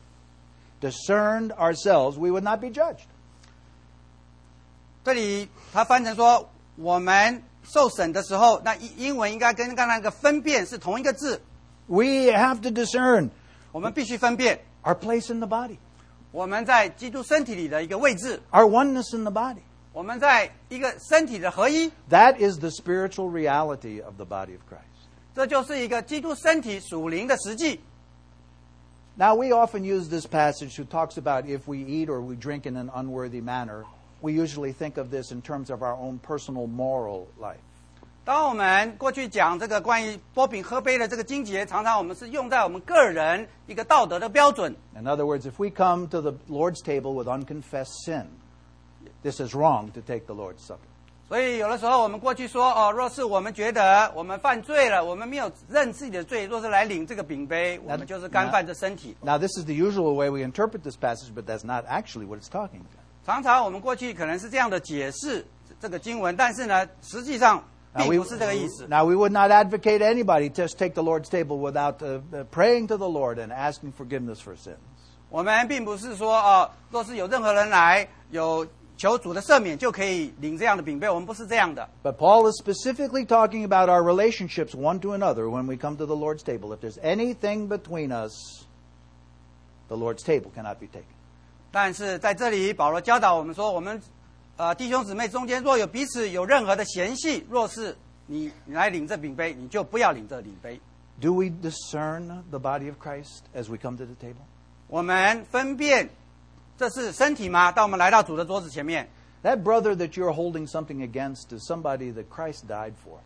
discerned ourselves, we would not be judged.
这里他翻成说，我们受审的时候，那英英文应该跟刚才那个分辨是同一个字，
We have to discern
我们必须分辨
our place in the body,
我们在基督身体里的一个位置，
our oneness in the body.
我们在一个身体的合一，
That is the spiritual reality of the body of Christ.
这就是一个基督身体属灵的实际。
Now, we often use this passage who talks about if we eat or we drink in an unworthy manner. We usually think of this in terms of our own personal moral life.
当我们过去讲这个关于波饼喝杯的这个经节，常常我们是用在我们个人一个道德的标准。
In other words, if we come to the Lord's table with unconfessed sin, this is wrong to take the Lord's supper.
所以有的时候我们过去说哦，若是我们觉得我们犯罪了，我们没有认自己的罪，若是来领这个饼杯，我们就是干犯这身体。
Now, this is the usual way we interpret this passage, but that's not actually what it's talking about.
常常我们过去可能是这样的解释这个经文，但是呢，实际上
Now
并
we,
不是这个意思。
now, we would not advocate anybody to just take the Lord's table without uh, uh, praying to the Lord and asking forgiveness for sins.
我们并不是说哦，若是有任何人来有求主的赦免就可以领这样的饼杯，我们不是这样的。
But Paul is specifically talking about our relationships one to another when we come to the Lord's table. If there's anything between us, the Lord's table cannot be taken.
但是在这里，保罗教导我们说，我们呃弟兄姊妹中间若有彼此有任何的嫌隙，若是你你来领这饼杯，你就不要领这饼杯。
Do we discern the body of Christ as we come to the table?
我们分辨这是身体吗？当我们来到主的桌子前面，
That brother that you're holding something against is somebody that Christ died for.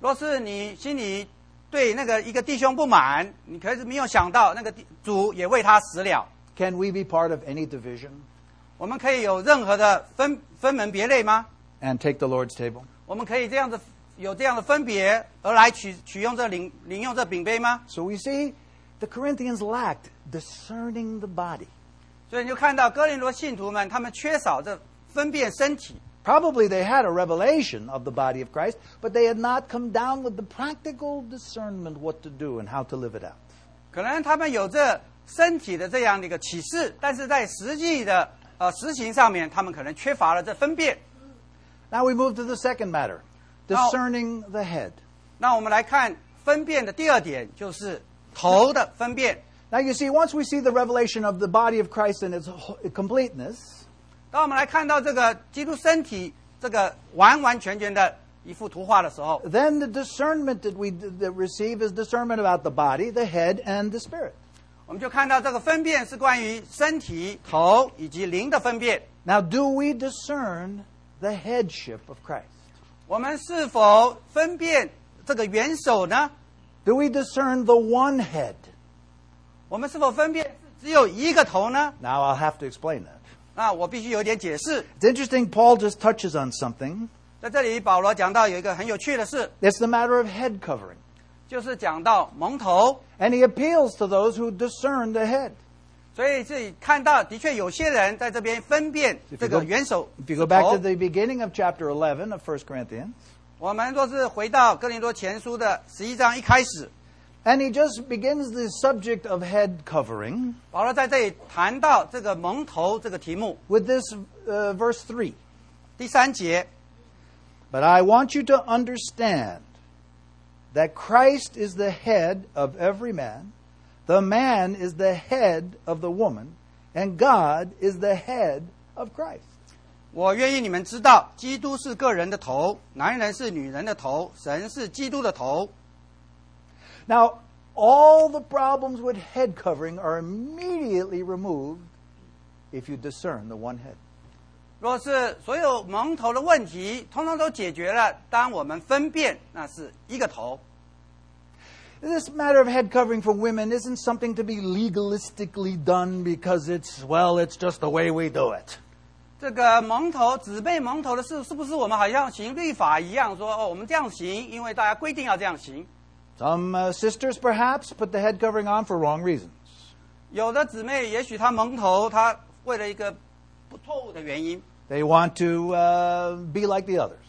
若是你心里对那个一个弟兄不满，你可是没有想到那个弟主也为他死了。
Can we be part of any division
我们可以有任何的分分门别类吗？
and take the Lord's table?
我们可以这样子有这样的分别而来取取用这领领用这饼杯吗？
So we see The Corinthians lacked discerning the body.
所以你就看到哥林多信徒们，他们缺少这分辨呃身体。
Probably they had a revelation of the body of Christ, but they had not come down with the practical discernment what to do and how to live it out.
可能他们有这身体的这样的一个启示，但是在实际的呃实行上面，他们可能缺乏了这分辨。
Now we move to the second matter discerning the head.
那我们来看分辨的第二点，就是头的分辨。
Now you see, once we see the revelation of the body of Christ in its wh- completeness,
当我们来看到这个基督身体这个完完全全的一幅图画的时候，
then the discernment that we d- that receive is discernment about the body, the head, and the spirit.
我们就看到这个分辨是关于身体、头以及灵的分辨。
Now, do we discern the headship of Christ?
我们是否分辨这个元首呢？
Do we discern the one head?
我们是否分辨只有一个头呢？
Now, I'll have to explain that.
那我必须有点解释。
It's interesting, Paul just touches on something.
在这里，保罗讲到有一个很有趣的事，
It's the matter of head covering.
就是讲到蒙头。
And he appeals to those who discern the head.
所以这里看到，的确有些人在这边分辨
If
这
you
个
go,
元首
if you
是
go back
头
to。the beginning of chapter 11 of 1 Corinthians,
我们若是回到哥林多前书的十一章一开始，
and he just begins the subject of head covering
保罗在这里谈到这个蒙头这个题目，
with this uh, verse 3.
第三节，
But I want you to understand that Christ is the head of every man, the man is the head of the woman, and God is the head of Christ.
我愿意你们知道，基督是个人的头，男人是女人的头，神是基督的头。
Now, all the problems with head covering are immediately removed if you discern the one head.
若是所有蒙头的问题，通通都解决了，当我们分辨，那是一个头。
This matter of head covering for women isn't something to be legalistically done because it's, well, it's just the way we do it.
这个蒙头姊妹蒙头的事，是不是我们好像行律法一样说哦，我们这样行，因为大家规定要这样行。
Some uh, sisters, perhaps, put the head covering on for wrong reasons.
有的姊妹也许她蒙头，她为了一个不错误的原因，
They want to uh, be like the others.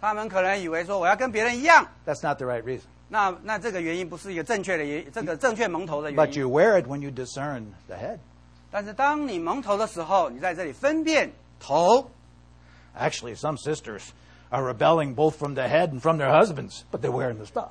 她们可能以为说我要跟别人一样，
That's not the right reason.
那那这个原因不是一个正确的原，这个正确蒙头的
But
原因。
you wear it when you discern the head.
但是当你蒙头的时候，你在这里分辨头。
Actually, some sisters are rebelling both from the head and from their husbands, but they're wearing the stuff.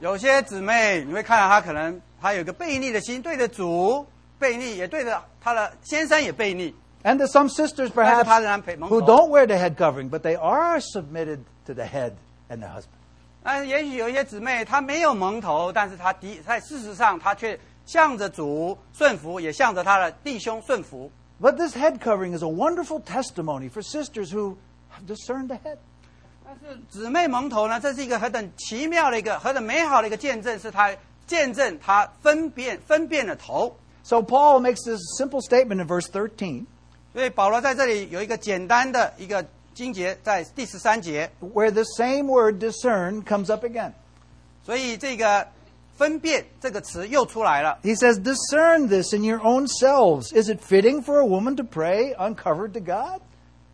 有些姊妹你会看到她可能她有一个悖逆的心，对着主悖逆，也对着她的先生也悖逆。
And there's some sisters, perhaps,
That's-
who don't wear the head covering, but they are submitted to the head and the husband.
那也许有一些姊妹她没有蒙头，但是她的在事实上她却向着主顺服，也向着她的弟兄顺服。
But this head covering is a wonderful testimony for sisters who have discerned the head.
但是姊妹蒙头呢，这是一个何等奇妙的一个何等美好的一个见证，是她见证她分辨分辨了头。
So Paul makes this simple statement in verse 13,
所以保罗在这里有一个简单的一个经节，在第十三节，
where the same word discern comes up again.
所以这个分辨这个词又出来了。
He says, Discern this in your own selves. Is it fitting for a woman to pray uncovered to God?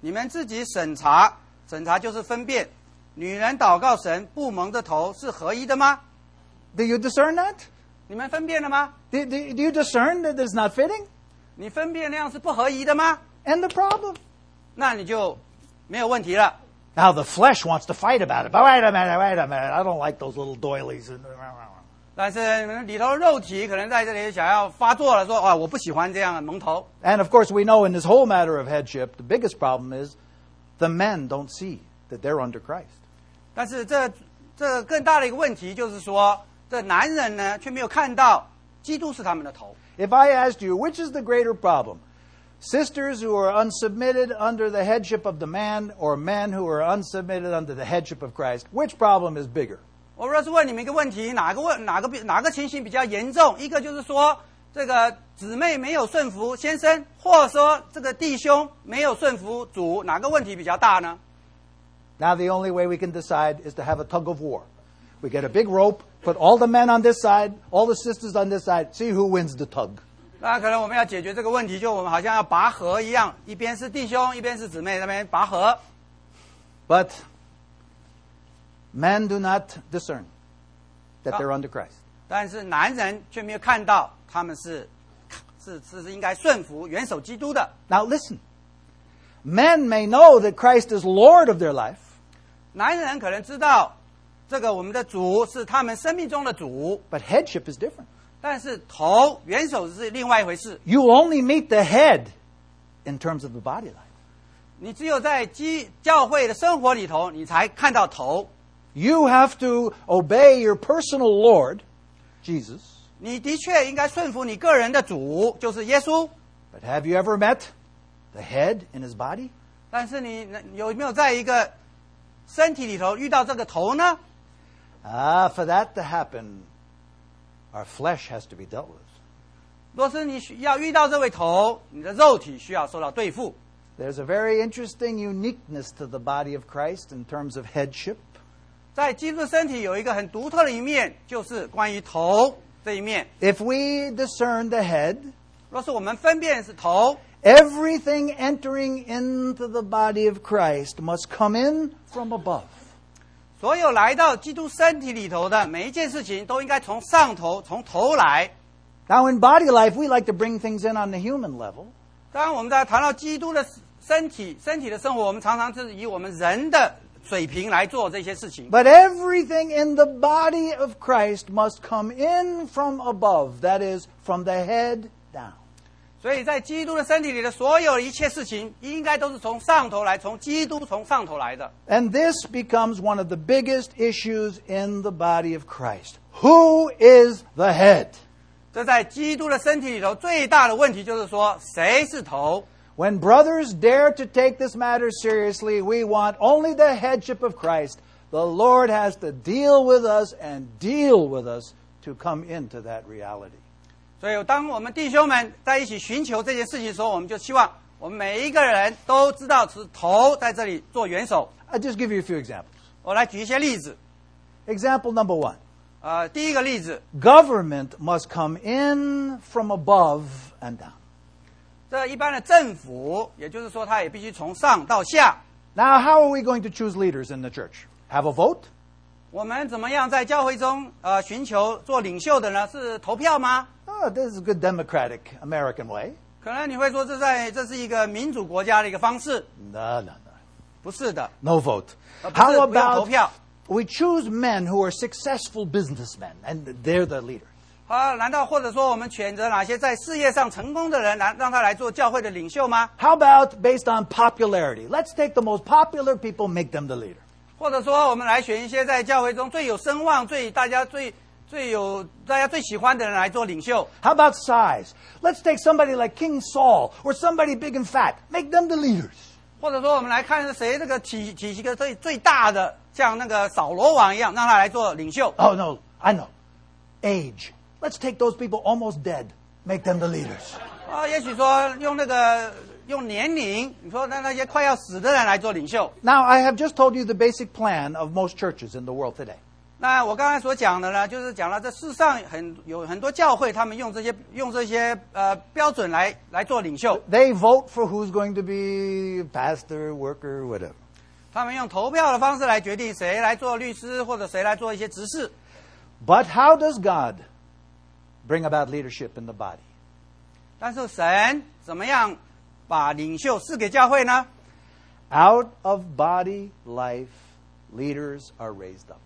你们自己审查，审查就是分辨，女人祷告神不蒙着头是合一的吗？
Do you discern that?
你们分辨了吗？
Do, do, do you discern that it's not fitting?
你分辨那样是不合宜的吗？
And the problem.
那你就没有问题了。
Now the flesh wants to fight about it. But wait a minute, wait a minute. I don't like those little doilies.
但是你们里头的肉体可能在这里想要发作了，说啊，我不喜欢这样的蒙头。
And of course, we know in this whole matter of headship, the biggest problem is the men don't see that they're under Christ.
但是这这更大的一个问题就是说，这男人呢却没有看到基督是他们的头。
If I asked you, which is the greater problem? Sisters who are unsubmitted under the headship of the man or men who are unsubmitted under the headship of Christ, which problem is bigger?
我若是问你们一个问题，哪个问哪个比哪个情形比较严重？一个就是说这个姊妹没有顺服先生，或者说这个弟兄没有顺服主，哪个问题比较大呢？
Now, the only way we can decide is to have a tug of war. We get a big rope Put all the men on this side, all the sisters on this side, see who wins the tug.
那可能我们要解决这个问题，就我们好像要拔河一样，一边是弟兄，一边是姊妹，那边拔河。
But men do not discern that they're under Christ.
但是男人却没有看到他们是是是是应该顺服元首基督的。
Now listen. Men may know that Christ is Lord of their life,
男人可能知道这个我们的主是他们生命中的主，
but headship is different.
但是头元首是另外一回事。
You only meet the head in terms of the body life.
你只有在基教会的生活里头，你才看到头。
You have to obey your personal Lord, Jesus.
你的确应该顺服你个人的主，就是耶稣。
But have you ever met the head in his body?
但是你能有没有在一个身体里头遇到这个头呢？
Ah, for that to happen, our flesh has to be dealt with.
若是你需要遇到这位头，你的肉体需要受到对付。
There's a very interesting uniqueness to the body of Christ in terms of headship.
在基督身体有一个很独特的一面，就是关于头这一面。
If we discern the head,
若是我们分辨是头，
everything entering into the body of Christ must come in from above.
所有来到基督身体里头的每一件事情，都应该从上头，从头来。
Now, in body life, we like to bring things in on the human level.
当然，我们在谈到基督的身体、身体的生活，我们常常是以我们人的水平来做这些事情。
But everything in the body of Christ must come in from above, that is, from the head down.
所以在基督的身体里的所有一切事情，应该都是从上头来，从基督从上头来的。
And this becomes one of the biggest issues in the body of Christ. Who is the head?
这在基督的身体里头最大的问题就是说，谁是头？
When brothers dare to take this matter seriously, we want only the headship of Christ. The Lord has to deal with us and deal with us to come into that reality.
所以，当我们弟兄们在一起寻求这件事情的时候，我们就希望我们每一个人都知道是头在这里做元首。
I'll just give you a few examples.
我来举一些例子，
Example number one
呃，第一个例子，
government must come in from above and down.
这一般的政府，也就是说，它也必须从上到下。
Now, how are we going to choose leaders in the church? Have a vote?
我们怎么样在教会中呃寻求做领袖的呢？是投票吗？
Oh, this is a good democratic American way.
可能你会说，这在这是一个民主国家的一个方式，
No, no, no.
不是的。
No vote.
Uh, 不是，
How
不要投票。
about we choose men who are successful businessmen and they're the leader?
啊，难道或者说我们选择哪些在事业上成功的人来让他来做教会的领袖吗？
How about based on popularity? Let's take the most popular people, make them the leader.
或者说，我们来选一些在教会中最有声望、最大家最最有大家最喜欢的人来做领袖。
How about size? Let's take somebody like King Saul or somebody big and fat, make them the leaders.
或者说，我们来看谁这个体体系个最最大的，像那个扫罗王一样，让他来做领袖。
Oh, no, I know. Age. Let's take those people almost dead, make them the leaders.
啊，也许说用那个用年龄，你说让那些快要死的人来做领袖。
Now, I have just told you the basic plan of most churches in the world today.
那我刚才所讲的呢，就是讲了这世上很有很多教会，他们用这些用这些呃标准来来做领袖，
They vote for who's going to be pastor, worker, whatever.
他们用投票的方式来决定谁来做律师，或者谁来做一些执事。
But how does God bring about leadership in the body?
但是神怎么样把领袖赐给教会呢？
Out of body life, leaders are raised up.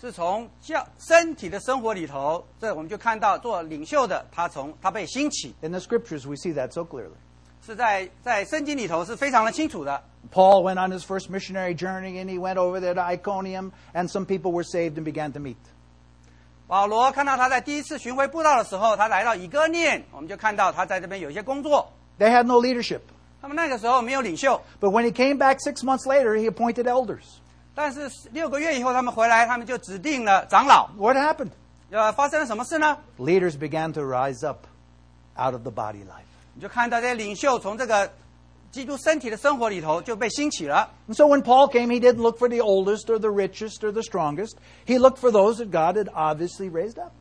是从教身体的生活里头，这我们就看到做领袖的他从他被兴起，
In the scriptures, we see that so clearly.
是在在圣经里头是非常的清楚的。
Paul went on his first missionary journey and he went over there to Iconium, and some people were saved and began to meet.
保罗看到他在第一次巡回布道的时候，他来到以哥念，我们就看到他在这边有一些工作。
They had no leadership.
那么那个时候没有领袖，
But when he came back six months later, he appointed elders.
但是六个月以后他们回来，他们就指定了长老。
What happened?
呃，发生了什么事呢？
Leaders began to rise up out of the body life.
你就看到这些领袖从这个基督身体的生活里头就被兴起了。
And so when Paul came, he didn't look for the oldest or the richest or the strongest. He looked for those that God had obviously raised up.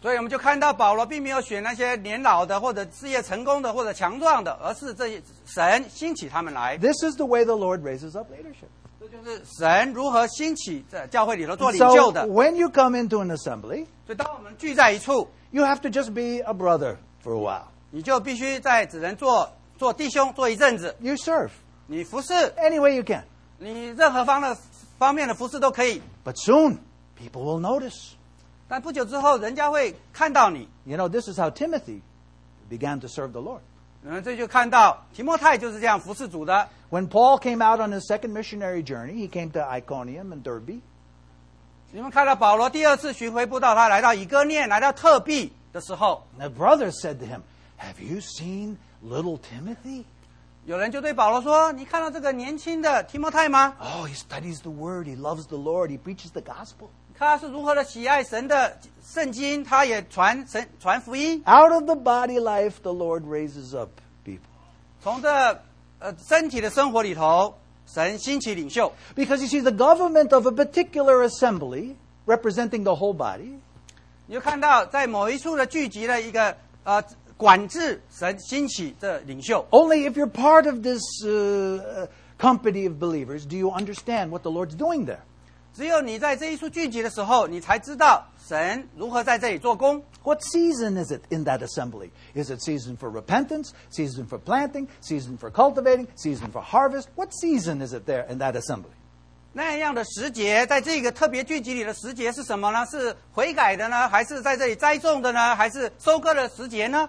所以我们就看到保罗并没有选那些年老的或者事业成功的或者强壮的，而是这些神兴起他们来。
This is the way the Lord raises up leadership.
这就是神如何兴起在教会里头做领袖
So
的。
when you come into an assembly,
所以当我们聚在一处，
you have to just be a brother for a while.
你就必须在只能做做弟兄做一阵子，
You serve
你服侍，
any way you can.
你任何方的方面的服侍都可以。
But soon, people will notice.
但不久之后，人家会看到你。
You know, this is how Timothy began to serve the Lord.
嗯，这就看到提莫泰就是这样服侍主的。
When Paul came out on his second missionary journey, he came to Iconium and Derbe.
你们看到保罗第二次巡回布道，他来到以哥念，来到特庇的时候，
And the brothers said to him, Have you seen little Timothy?
有人就对保罗说：“你看到这个年轻的提莫泰吗？
Oh, he studies the word. He loves the Lord. He preaches the gospel.
看他是如何的喜爱神的圣经，他也传神传福音。
Out of the body life, the Lord raises up people.
从这呃身体的生活里头，神兴起领袖，
Because you see, the government of a particular assembly, representing the whole body,
你就看到在某一处的聚集的一个呃管制神兴起的领袖。
only if you're part of this uh, company of believers do you understand what the Lord's doing there.
只有你在这一处聚集的时候，你才知道神如何在这里做工。
What season is it in that assembly? Is it season for repentance, season for planting, season for cultivating, season for harvest? What season is it there in that assembly?
那样的时节，在这个特别聚集里的时节是什么呢？是悔改的呢，还是在这里栽种的呢，还是收割的时节呢？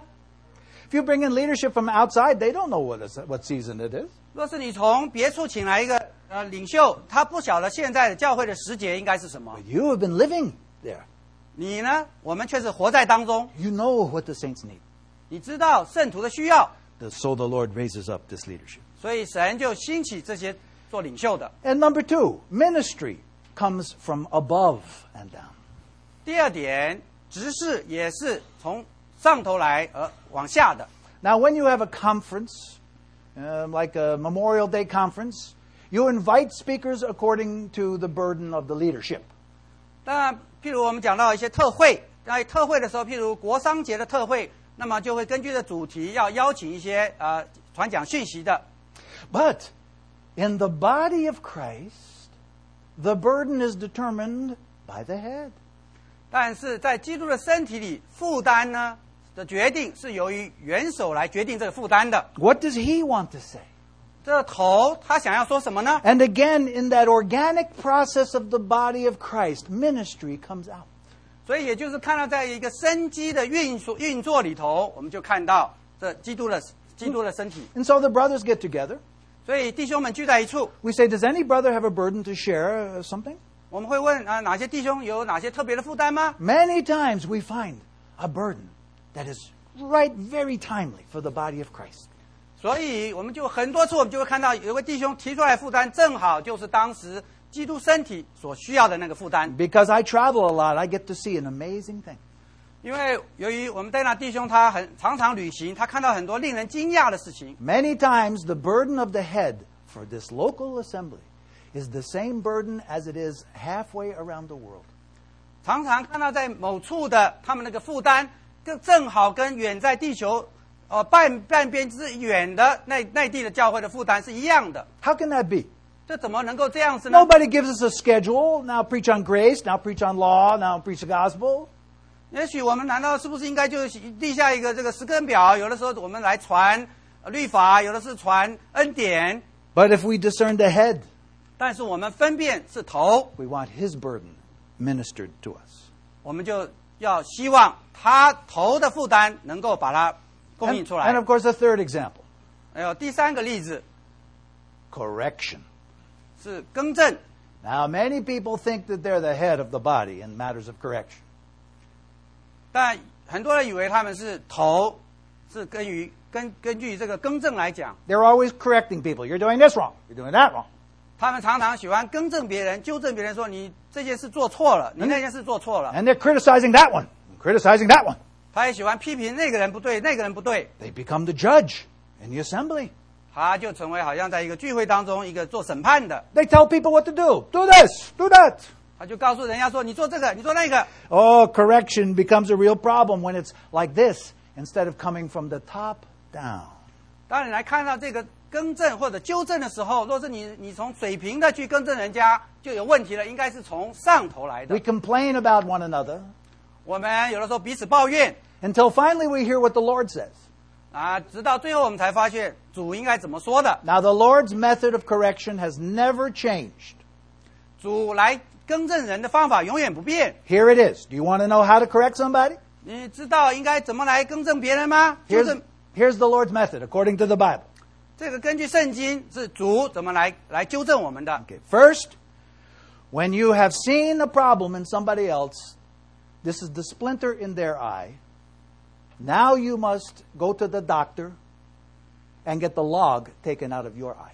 If you bring in leadership from outside, they don't know what, is, what season it is.
若是你从别处请来一个呃领袖，他不晓得现在的教会的时节应该是什么
But。you have been living there.
你呢？我们却是活在当中，
You know what the saints need.
你知道圣徒的需要，
The- So the Lord raises up this leadership.
所以神就兴起这些做领袖的。
And number two, ministry comes from above and down.
第二点，执事也是从上头来而往下的。
Now, when you have a conference, um, like a Memorial Day conference, you invite speakers according to the burden of the leadership.
当然，譬如我们讲到一些特会，在特会的时候，譬如国商节的特会，那么就会根据这主题要邀请一些呃传讲讯息的。
But in the body of Christ, the burden is determined by the head.
但是在基督的身体里，负担呢的决定是由于元首来决定这个负担的。
What does he want to say?
这个头他想要说什么呢？
And again, in that organic process of the body of Christ, ministry comes out.
所以也就是看到在一个生机的运作运作里头，我们就看到这基督的基督的身体。
And so the brothers get together.
所以弟兄们聚在一处，
We say, Does any brother have a burden to share uh, something?
我们会问啊，哪些弟兄有哪些特别的负担吗？
Many times we find a burden that is right very timely for the body of Christ.
所以我们就很多次我们就会看到有一位弟兄提出来负担，正好就是当时基督身体所需要的那个负担。
Because I travel a lot, I get to see an amazing thing.
因为由于我们戴纳弟兄他很常常旅行，他看到很多令人惊讶的事情。
Many times the burden of the head for this local assembly is the same burden as it is halfway around the world.
常常看到在某处的他们那个负担，更正好跟远在地球，呃半半边之远的内内地的教会的负担是一样的。
How can that be?
这怎么能够这样子呢？
Nobody gives us a schedule. Now preach on grace, now preach on law, now preach the gospel.
也许我们难道是不是应该就立下一个这个时根表？有的时候我们来传呃律法，有的是传恩典，
But if we discern the head,
但是我们分辨是头，
we want his burden ministered to us.
我们就要希望他头的负担能够把它供应
And,
出来
and。of course, a third example
还有第三个例子
correction.
是更正。
Now, many people think that they're the head of the body in matters of correction.
但很多人以为他们是头，是根于根根据这个更正来讲，
They're always correcting people. You're doing this wrong. You're doing that wrong.
他们常常喜欢更正别人、纠正别人说，你这件事做错了，你那件事做错了。
And they're criticizing that one, and criticizing that one.
他也喜欢批评那个人不对，那个人不对，
They become the judge in the assembly.
他他就成为好像在一个聚会当中一个做审判的，
They tell people what to do. Do this, do that.
他就告诉人家说：“你做这个，你做那个。
Oh, correction becomes a real problem when it's like this instead of coming from the top down. ”
当你来看到这个更正或者纠正的时候，若是你你从水平的去更正人家，就有问题了。应该是从上头来
We
的。
complain about one another
我们有的时候彼此抱怨
until finally we hear what the Lord says.
啊，直到最后我们才发现主应该怎么说的。
Now, the Lord's method of correction has never changed.
主来更正人的方法永远不变。
Here it is. Do you want to know how to correct somebody?
你知道应该怎么来更正别人吗？就
Here's,
是
here's the Lord's method according to the Bible.
这个根据圣经是主怎么来来纠正我们的。
Okay, first, when you have seen a problem in somebody else, this is the splinter in their eye. Now you must go to the doctor and get the log taken out of your eye.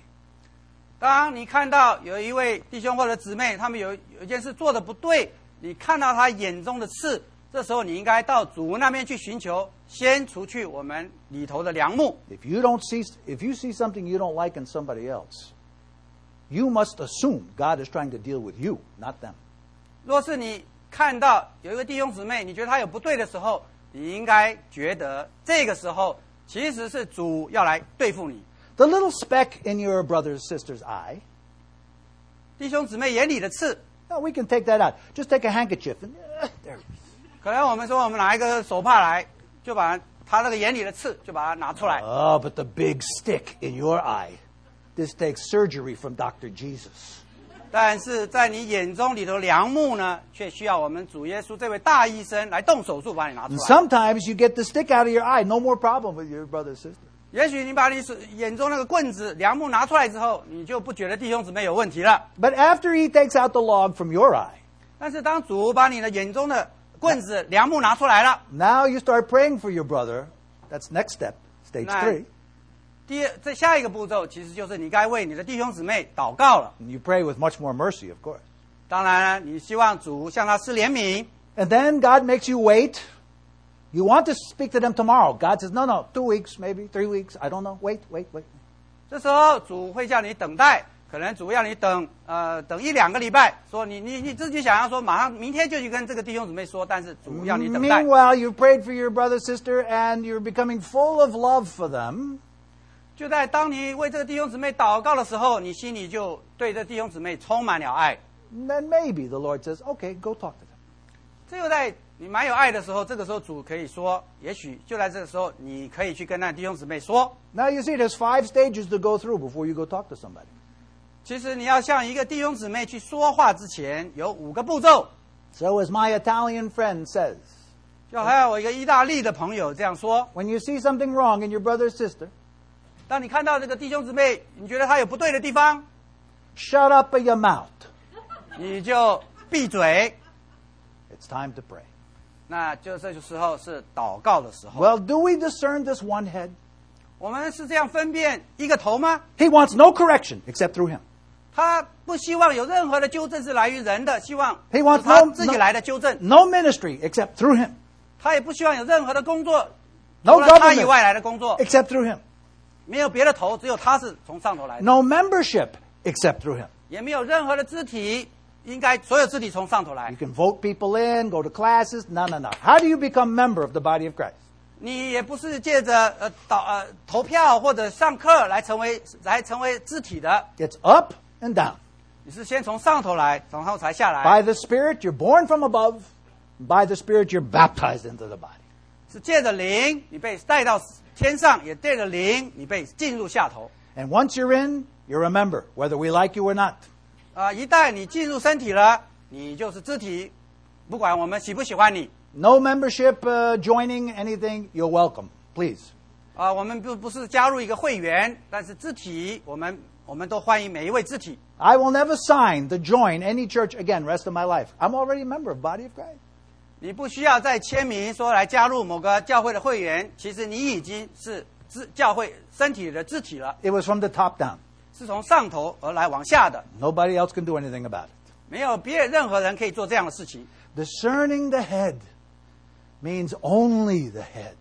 当你看到有一位弟兄或者姊妹，他们有有一件事做的不对，你看到他眼中的刺，这时候你应该到主那边去寻求，先除去我们里头的梁木。
If you don't see if you see something you don't like in somebody else, you must assume God is trying to deal with you, not them.
若是你看到有一个弟兄姊妹，你觉得他有不对的时候，你应该觉得这个时候其实是主要来对付你。
The little speck in your brother's sister's eye,
弟兄姊妹眼里的刺，
now we can take that out. Just take a handkerchief and uh, there.
可能我们说我们拿一个手帕来，就把他那个眼里的刺就把它拿出来。
Oh, but the big stick in your eye. This takes surgery from Dr. Jesus.
但是在你眼中里头梁木呢，却需要我们主耶稣这位大医生来动手术把你拿出
And
来。
sometimes you get the stick out of your eye, no more problem with your brother or sister.
也许你把你手眼中那个棍子梁木拿出来之后，你就不觉得弟兄姊妹有问题了。
But after he takes out the log from your eye,
但是当主把你的眼中的棍子梁木拿出来了，
now you start praying for your brother. That's next step, stage
Right.
three.
第二这下一个步骤其实就是你该为你的弟兄姊妹祷告了。
And you pray with much more mercy, of course.
当然了，你希望主向他施怜悯。
And then God makes you wait. You want to speak to them tomorrow. God says, no, no, two weeks, maybe three weeks. I don't know. Wait, wait, wait.
这时候主会叫你等待，可能主要你等呃等一两个礼拜，说你你你自己想要说马上明天就去跟这个弟兄姊妹说，但是主要你等待。
Meanwhile, you've prayed for your brother, sister, and you're becoming full of love for them.
就在当你为这个弟兄姊妹祷告的时候，你心里就对这弟兄姊妹充满了爱。
Then maybe the Lord says, okay, go talk to them.
只有在你蛮有爱的时候，这个时候主可以说，也许就在这个时候，你可以去跟那弟兄姊妹说。
Now you see, there's five stages to go through before you go talk to somebody.
其实你要向一个弟兄姊妹去说话之前，有五个步骤。
So, as my Italian friend says,
就还有我一个意大利的朋友这样说：
when you see something wrong in your brother or sister,
当你看到这个弟兄姊妹，你觉得他有不对的地方，
shut up your mouth.
你就闭嘴。
It's time to pray.
那就这个时候是祷告的时候。
Well, do we discern this one head?
我们是这样分辨一个头吗？
He wants no correction except through him.
他不希望有任何的纠正是来于人的，希望
He
是
wants
他
no-
自己来的纠正。
No ministry except through him.
他也不希望有任何的工作，
No
除了他以
government
外来的工作，
except through him.
没有别的头，只有他是从上头来的，
No membership except through him.
也没有任何的肢体，应该所有肢体从上头来
You。can vote people in, go to classes. No, no, no. How do you become member of the body of Christ?
你也不是借着呃导呃投票或者上课来成为来成为肢体的，
It's up and down.
你是先从上头来，然后才下来，
By the Spirit, you're born from above. By the Spirit, you're baptized into the body.
是借着灵你被带到天上，也借着灵你被进入下头。
And once you're in, you're a member, whether we like you or not.
啊、一旦你进入身体了，你就是肢体，不管我们喜不喜欢你。
No membership, uh, joining anything, you're welcome. Please.
啊、我们不不是加入一个会员，但是肢体我们我们都欢迎每一位肢体。
I will never sign to join any church again rest of my life. I'm already a member of body of Christ.
你不需要再签名说来加入某个教会的会员，其实你已经是肢教会身体的肢体了，
It was from the top down.
是从上头而来往下的，
Nobody else can do anything about it.
没有别任何人可以做这样的事情。
Discerning the head means only the head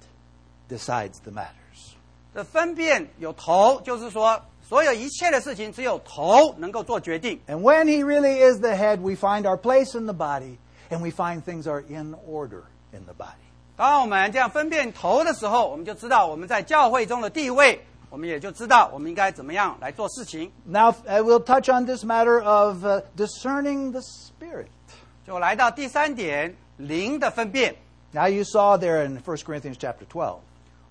decides the matters.
这分辨有头，就是说所有一切的事情只有头能够做决定。
And when he really is the head, we find our place in the body and we find things are in order in the body.
当我们这样分辨头的时候，我们就知道我们在教会中的地位，我们也就知道我们应该怎么样来做事情。
Now, I will touch on this matter of uh, discerning the spirit.
就来到第三点，灵的分辨。
Now, you saw there in 1 Corinthians chapter 12,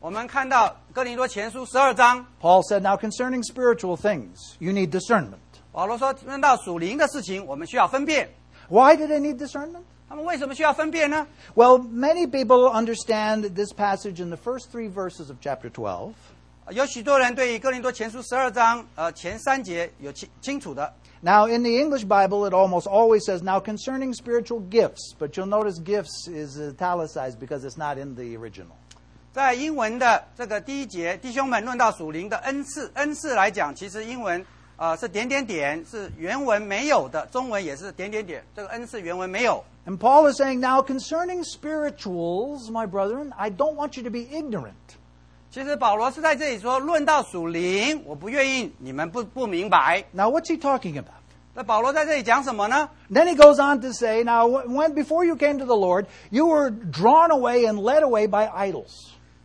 我们看到哥林多前书十二章，
Paul said, Now concerning spiritual things, you need discernment.
保罗说论到属灵的事情，我们需要分辨。
Why do they need discernment?
他们为什么需要分辨呢？
Well, many people understand this passage in the first three verses of chapter 12
呃有许多人对于哥林多前书十二章呃前三节有清清楚的。
Now, in the English Bible, it almost always says, now concerning spiritual gifts, but you'll notice gifts is italicized because it's not in the original.
在英文的这个第一节，弟兄们论到属灵的恩赐，恩赐来讲，其实英文啊、呃是点点点，是原文没有的，中文也是点点点，这个恩赐原文没有。
And Paul is saying, now concerning spirituals, my brethren, I don't want you to be ignorant.
其实保罗是在这里说，论到属灵，我不愿意你们不不明白。
Now, what's he talking about?
那保罗在这里讲什么呢？
Then he goes on to say, now, when, before you came to the Lord, you were drawn away and led away by idols.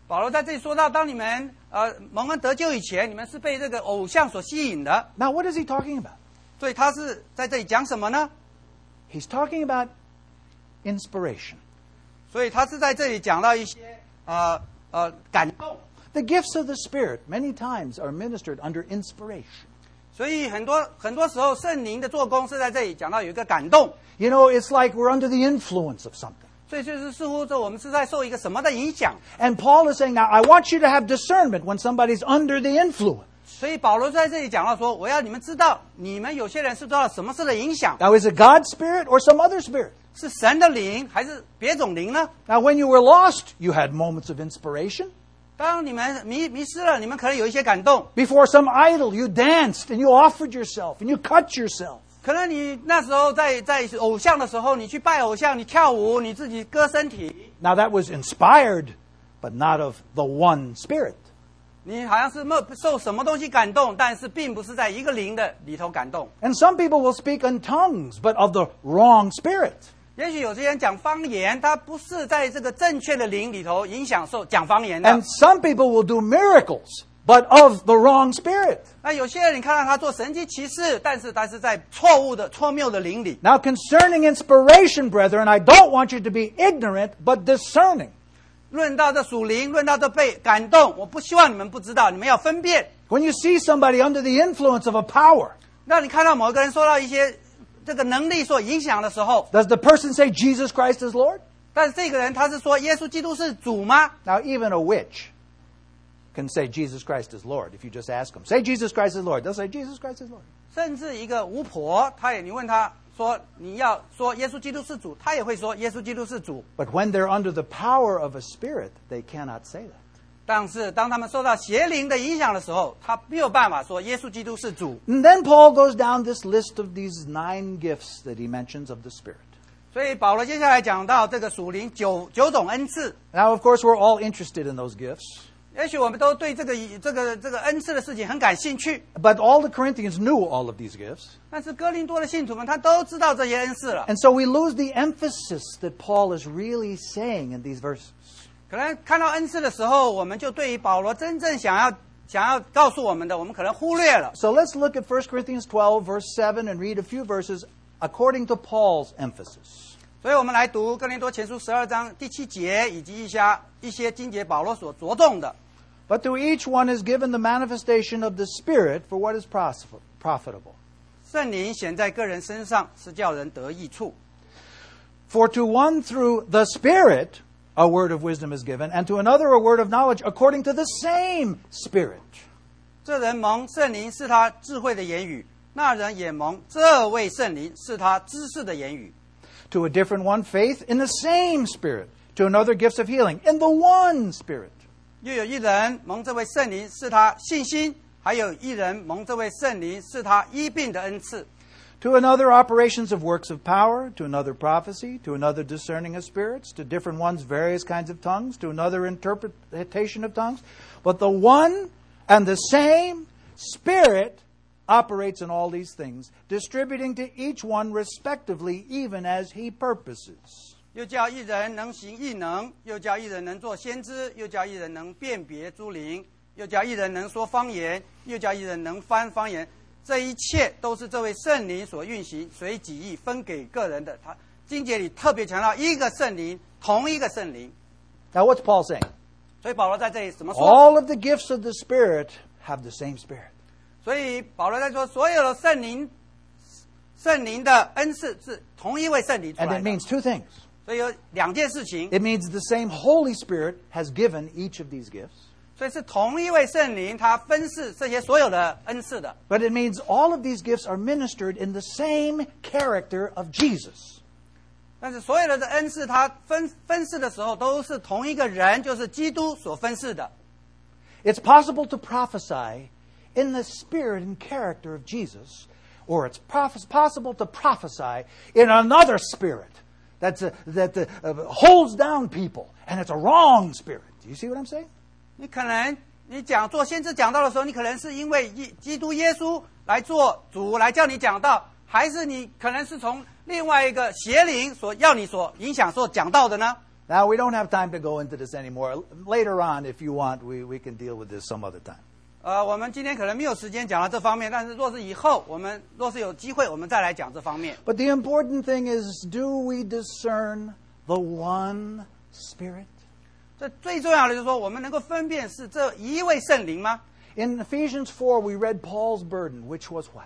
保罗在这里说到，当你们呃蒙恩得救以前，你们是被这个偶像所吸引的，
Now, what is he talking about?
所以他是在这里讲什么呢？
He's talking about inspiration,
所以他是在这里讲到一些呃呃感动，
the gifts of the Spirit. Many times are ministered under inspiration.
所以很多很多时候圣灵的做工是在这里讲到有一个感动，
You know, it's like we're under the influence of something.
所以就是似乎这我们是在受一个什么的影响，
And Paul is saying, now I want you to have discernment when somebody's under the influence.
所以保罗在这里讲到说，我要你们知道，你们有些人是受到什么事的影响，
Now, is it God's Spirit or some other Spirit?
是神的灵还是别种灵呢？
Now, when you were lost, you had moments of inspiration.
当你们迷迷失了，你们可能有一些感动，
Before some idol, you danced and you offered yourself and you cut yourself.
可能你那时候在在偶像的时候，你去拜偶像，你跳舞，你自己割身体，
Now, that was inspired, but not of the one Spirit.
你好像是受受什么东西感动，但是并不是在一个灵的里头感动。
And some people will speak in tongues, but of the wrong Spirit.
也许有些人讲方言，他不是在这个正确的灵里头影响受讲方言的
And。some people will do miracles, but of the wrong Spirit.
那有些人你看到他做神迹奇事，但是他是在错误的、错谬的灵里。
Now, concerning inspiration, brethren, I don't want you to be ignorant, but discerning.
论到这属灵，论到这被感动，我不希望你们不知道，你们要分辨。
When you see somebody under the influence of a power,
那你看到某一个人受到一些这个能力所影响的时候，
does the person say Jesus Christ is Lord?
但是这个人他是说耶稣基督是主吗？
Now, even a witch can say Jesus Christ is Lord if you just ask them. Say Jesus Christ is Lord. They'll say Jesus Christ is Lord.
甚至一个巫婆，她也你问她说你要说耶稣基督是主，她也会说耶稣基督是主。
But when they're under the power of a spirit, they cannot say that.
但是当他们受到邪灵的影响的时候，他没有办法说耶稣基督是主。
And then Paul goes down this list of these nine gifts that he mentions of the Spirit.
所以保罗接下来讲到这个属灵九九种恩赐，
Now, of course, we're all interested in those gifts,
也许我们都对这个这个这个恩赐的事情很感兴趣，
but all the Corinthians knew all of these gifts.
但是哥林多的信徒们他都知道这些恩赐了，
And so we lose the emphasis that Paul is really saying in these verses.
可能看到恩赐的时候，我们就对于保罗真正想要想要告诉我们的，我们可能忽略了。
So let's look at 1 Corinthians 12, verse 7, and read a few verses according to Paul's emphasis.
所以我们来读哥林多前书十二章第七节以及一些一些经节保罗所着重的。
But to each one is given the manifestation of the Spirit for what is pros- profitable.
圣灵显在个人身上，是叫人得益处。
For to one through the Spirit a word of wisdom is given, and to another a word of knowledge according to the same Spirit.
这人蒙圣灵是他智慧的言语，那人也蒙这位圣灵是他知识的言语。
To a different one, faith in the same Spirit. To another, gifts of healing in the one Spirit.
又有一人蒙这位圣灵是他信心，还有一人蒙这位圣灵是他医病的恩赐。
To another, operations of works of power. To another, prophecy. To another, discerning of spirits. To different ones, various kinds of tongues. To another, interpretation of tongues. But the one and the same Spirit operates in all these things, distributing to each one respectively, even as he purposes.
又叫一人能行异能，又叫一人能做先知，又叫一人能辨别诸灵，又叫一人能说方言，又叫一人能翻方言。这一切都是这位圣灵所运行，随己意分给个人的。他经节里特别强调一个圣灵，同一个圣灵。
Now, what's Paul saying?
所以保罗在这里怎么说？
All of the gifts of the Spirit have the same Spirit.
所以保罗在说，所有的圣灵，圣灵的恩赐是同一位圣灵出
And
来
it
的。
means two things
所以有两件事情，
it means the same Holy Spirit has given each of these gifts.
所以是同一位圣灵，他分赐这些所有的恩赐的。
But it means all of these gifts are ministered in the same character of Jesus.
但是所有的恩赐，他分分赐的时候都是同一个人，就是基督所分赐的。
It's possible to prophesy in the spirit and character of Jesus, or it's prophes- possible to prophesy in another spirit that's a, that uh, uh, holds down people, and it's a wrong spirit. Do you see what I'm saying?
你可能你讲做先知讲道的时候，你可能是因为耶基督耶稣来做主来叫你讲道，还是你可能是从另外一个邪灵所要你所影响所讲道的呢？
Now, we don't have time to go into this anymore. Later on, if you want, we, we can deal with this some other time.
呃，我们今天可能没有时间讲到这方面，但是若是以后我们若是有机会，我们再来讲这方面。
But the important thing is do we discern the one spirit?
这最重要的就是说，我们能够分辨是这一位圣灵吗？
In Ephesians 4, we read Paul's burden, which was what?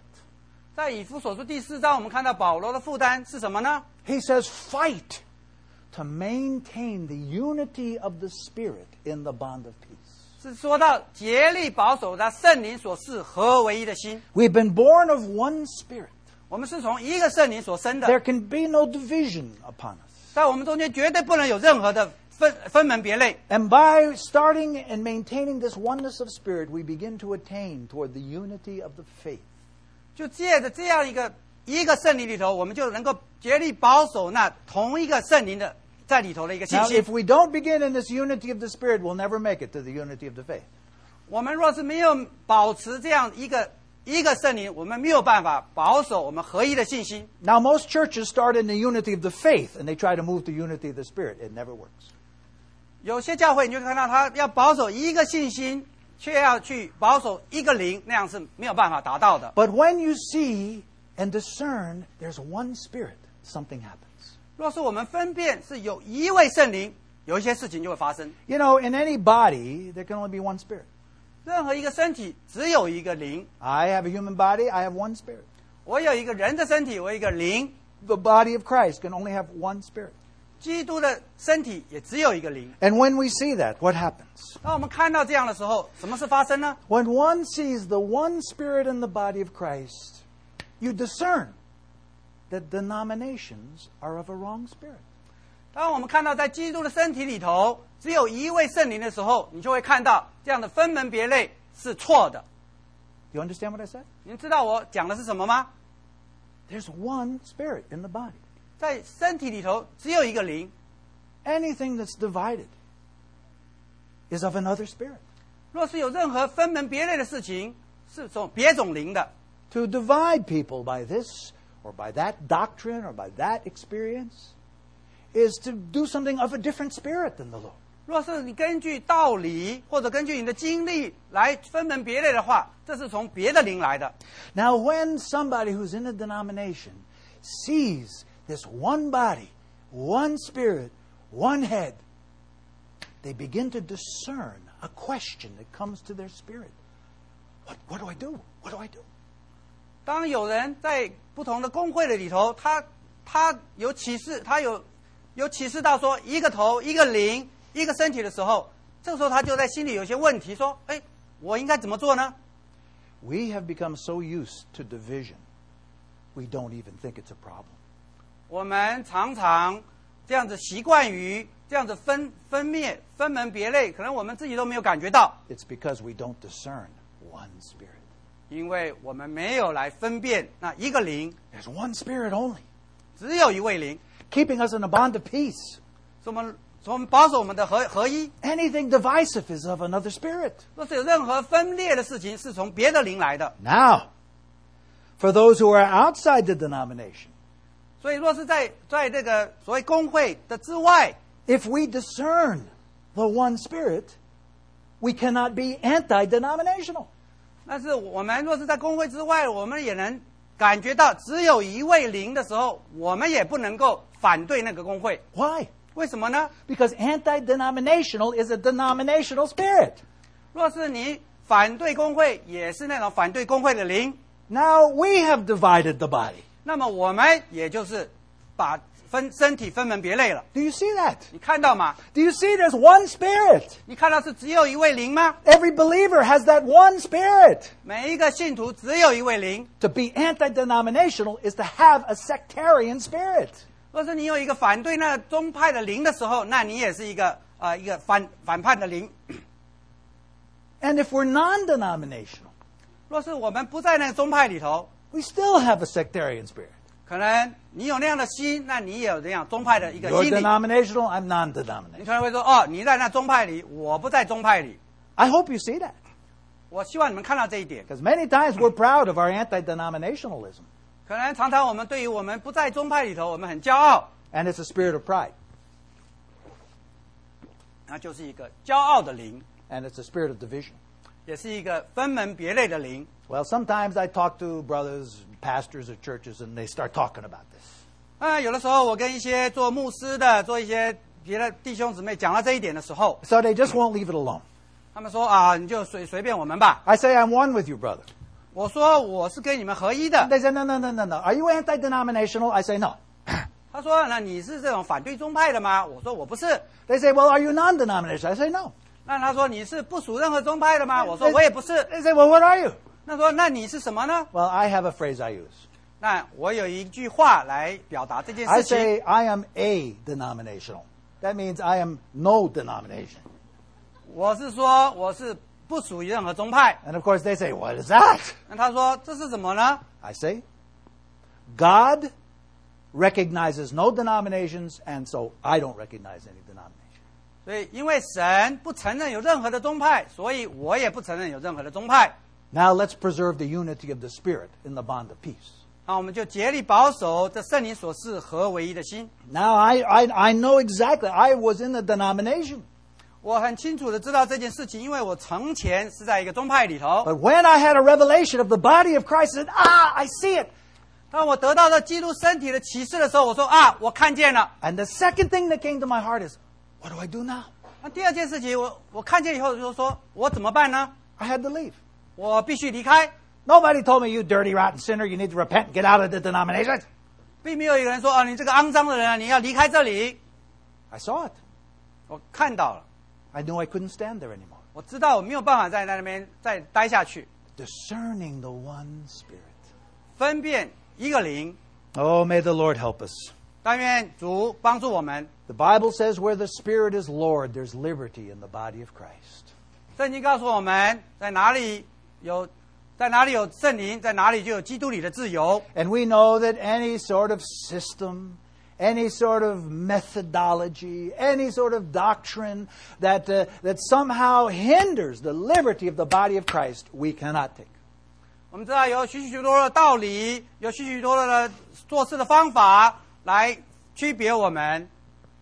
在以弗所书第四章，我们看到保罗的负担是什么呢？
He says, fight to maintain the unity of the Spirit in the bond of peace.
是说到竭力保守他圣灵所示合而为一的心。
We've been born of one Spirit.
我们是从一个圣灵所生的
There，can be no division upon us.
在我们中间绝对不能有任何的分分门别类。
And by starting and maintaining this oneness of Spirit, we begin to attain toward the unity of the faith.
就借着这样一个一个圣灵里头，我们就能够竭力保守那同一个圣灵的在里头的一个信
Now,
心
if。we don't begin in this unity of the Spirit, we'll never make it to the unity of the faith.
我们若是没有保持这样一个一个圣灵，我们没有办法保守我们合一的信心。
Now, most churches start in the unity of the faith and they try to move to unity of the Spirit. It never works.
有些教会你就看到他要保守一个信心，却要去保守一个灵，那样是没有办法达到的。
But when you see and discern there's one Spirit, something happens.
若是我们分辨是有一位圣灵，有一些事情就会发生。
You know, in any body, there can only be one Spirit.
任何一个身体只有一个灵，
I have a human body, I have one Spirit.
我有一个人的身体，我有一个灵，
The body of Christ can only have one Spirit.
基督的身体也只有一个灵。
And when we see that, what happens?
当我们看到这样的时候，什么事发生呢？
When one sees the one Spirit in the body of Christ, you discern that denominations are of a wrong spirit.
当我们看到在基督的身体里头只有一位圣灵的时候，你就会看到这样的分门别类是错的。
Do you understand what I said?
您知道我讲的是什么吗？
There's one spirit in the body.
在身体里头只有一个灵，
Anything that's divided is of another spirit.
若是有任何分门别类的事情，是从别种灵的。
To divide people by this or by that doctrine or by that experience is to do something of a different spirit than the Lord.
若是你根据道理或者根据你的经历来分门别类的话，这是从别的灵来的。
Now, when somebody who's in a denomination sees this one body, one spirit, one head, they begin to discern a question that comes to their spirit. What, what do I do? What do I do?
当有人在不同的工会的里头，他他有启示，他有有启示到说一个头、一个灵、一个身体的时候，这个时候他就在心里有些问题，说：“哎，我应该怎么做呢
We have become so used to division, we don't even think it's a problem.？”
我们常常这样子习惯于这样子分分灭、分门别类，可能我们自己都没有感觉到。
It's because we don't discern one spirit.
因为我们没有来分辨那一个灵，
There's one Spirit only,
只有一位灵，
keeping us in a bond of peace.
所以我们所以我们保守我们的合合一。
Anything divisive is of another Spirit.
若是有任何分裂的事情是从别的灵来的，
Now, for those who are outside the denomination,
所以若是在在这个所谓工会的之外，
if we discern the one Spirit, we cannot be anti denominational.
但是我们若是在工会之外，我们也能感觉到只有一位灵的时候，我们也不能够反对那个工会。
Why?
为什么呢？
Because anti denominational is a denominational spirit.
若是你反对工会，也是那种反对工会的灵，
Now we have divided the body.
那么我们也就是把分身体分门别类了。
Do you see that?
你看到吗？
Do you see there's one spirit?
你看到是只有一位灵吗？
Every believer has that one spirit.
每一个信徒只有一位灵。
To be anti denominational is to have a sectarian spirit.
若是你有一个反对那宗派的灵的时候，那你也是一个啊、呃一个反反叛的灵。
And if we're non denominational,
若是我们不在那个宗派里头，
we still have a sectarian spirit.
可能你有那样的心，那你也有这样宗派的一啊个
You're
心理。
denominational, I'm non
你
denominational.
可能会说：“哦，你在那宗派里，我不在宗派里。
I hope you see that. ”
我希望你们看到这一点。
Because many times we're proud of our anti denominationalism.
可能常常我们对于我们不在宗派里头，我们很骄傲，
And it's a spirit of pride.
那就是一个骄傲的灵，
And it's a spirit of division.
也是一个分门别类的灵。
Well, sometimes I talk to brothers, pastors of churches, and they start talking about this.
啊、有的时候我跟一些做牧师的、做一些别的弟兄姊妹讲到这一点的时候，
So they just won't leave it alone.
他们说：“啊，你就随随便我们吧。
I say, I'm one with you, brother. ”
我说：“我是跟你们合一的。
They say, no, no, no, no, no. Are you anti denominational? I say, no. ”
他说：“那你是这种反对宗派的吗？”我说：“我不是。”
They say, well, are you non denominational? I say, no.
那他说你是不属任何宗派的吗？我说
哎
我也不是。
They say, well, what are you?
那说那你是什么呢？
Well, I have a phrase I use.
那我有一句话来表达这件
I
事情。
say, I am a denominational. That means I am no denomination.
我是说我是不属于任何宗派。
And of course, they say, what is that?
那他说这是什么呢？
I say, God recognizes no denominations, and so I don't recognize any denomination.
所以因为神不承认有任何的宗派，所以我也不承认有任何的宗派。
Now let's preserve the unity of the Spirit in the bond of peace.
那我们就竭力保守这圣灵所示合唯一的心。
Now I, I, I know exactly. I was in the denomination.
我很清楚的知道这件事情，因为我从前是在一个宗派里头。
But when I had a revelation of the body of Christ, I said, ah, I see it.
当我得到了基督身体的启示的时候，我说啊，我看见了。
And the second thing that came to my heart is, what do I do now?
那第二件事情，我我看见以后就说，我怎么办呢？
I had to leave.
我必须离开，
Nobody told me, you dirty, rotten sinner, you need to repent and get out of the denomination.
并没有一个人说啊，你这个肮脏的人啊，你要离开这里。
I saw it.
我看到了，
I knew I couldn't stand there anymore.
我知道我没有办法在那边再待下去，
Discerning the one Spirit.
分辨一个灵。
Oh, may the Lord help us.
但愿主帮助我们。
The Bible says, where the Spirit is Lord, there's liberty in the body of Christ.
圣经告诉我们，在哪里有，在哪里有圣灵，在哪里就有基督里的自由。
And we know that any sort of system, any sort of methodology, any sort of doctrine that, uh, that somehow hinders the liberty of the body of Christ, we cannot take.
我们知道有许许多多的道理，有许许多多的做事的方法来区别我们，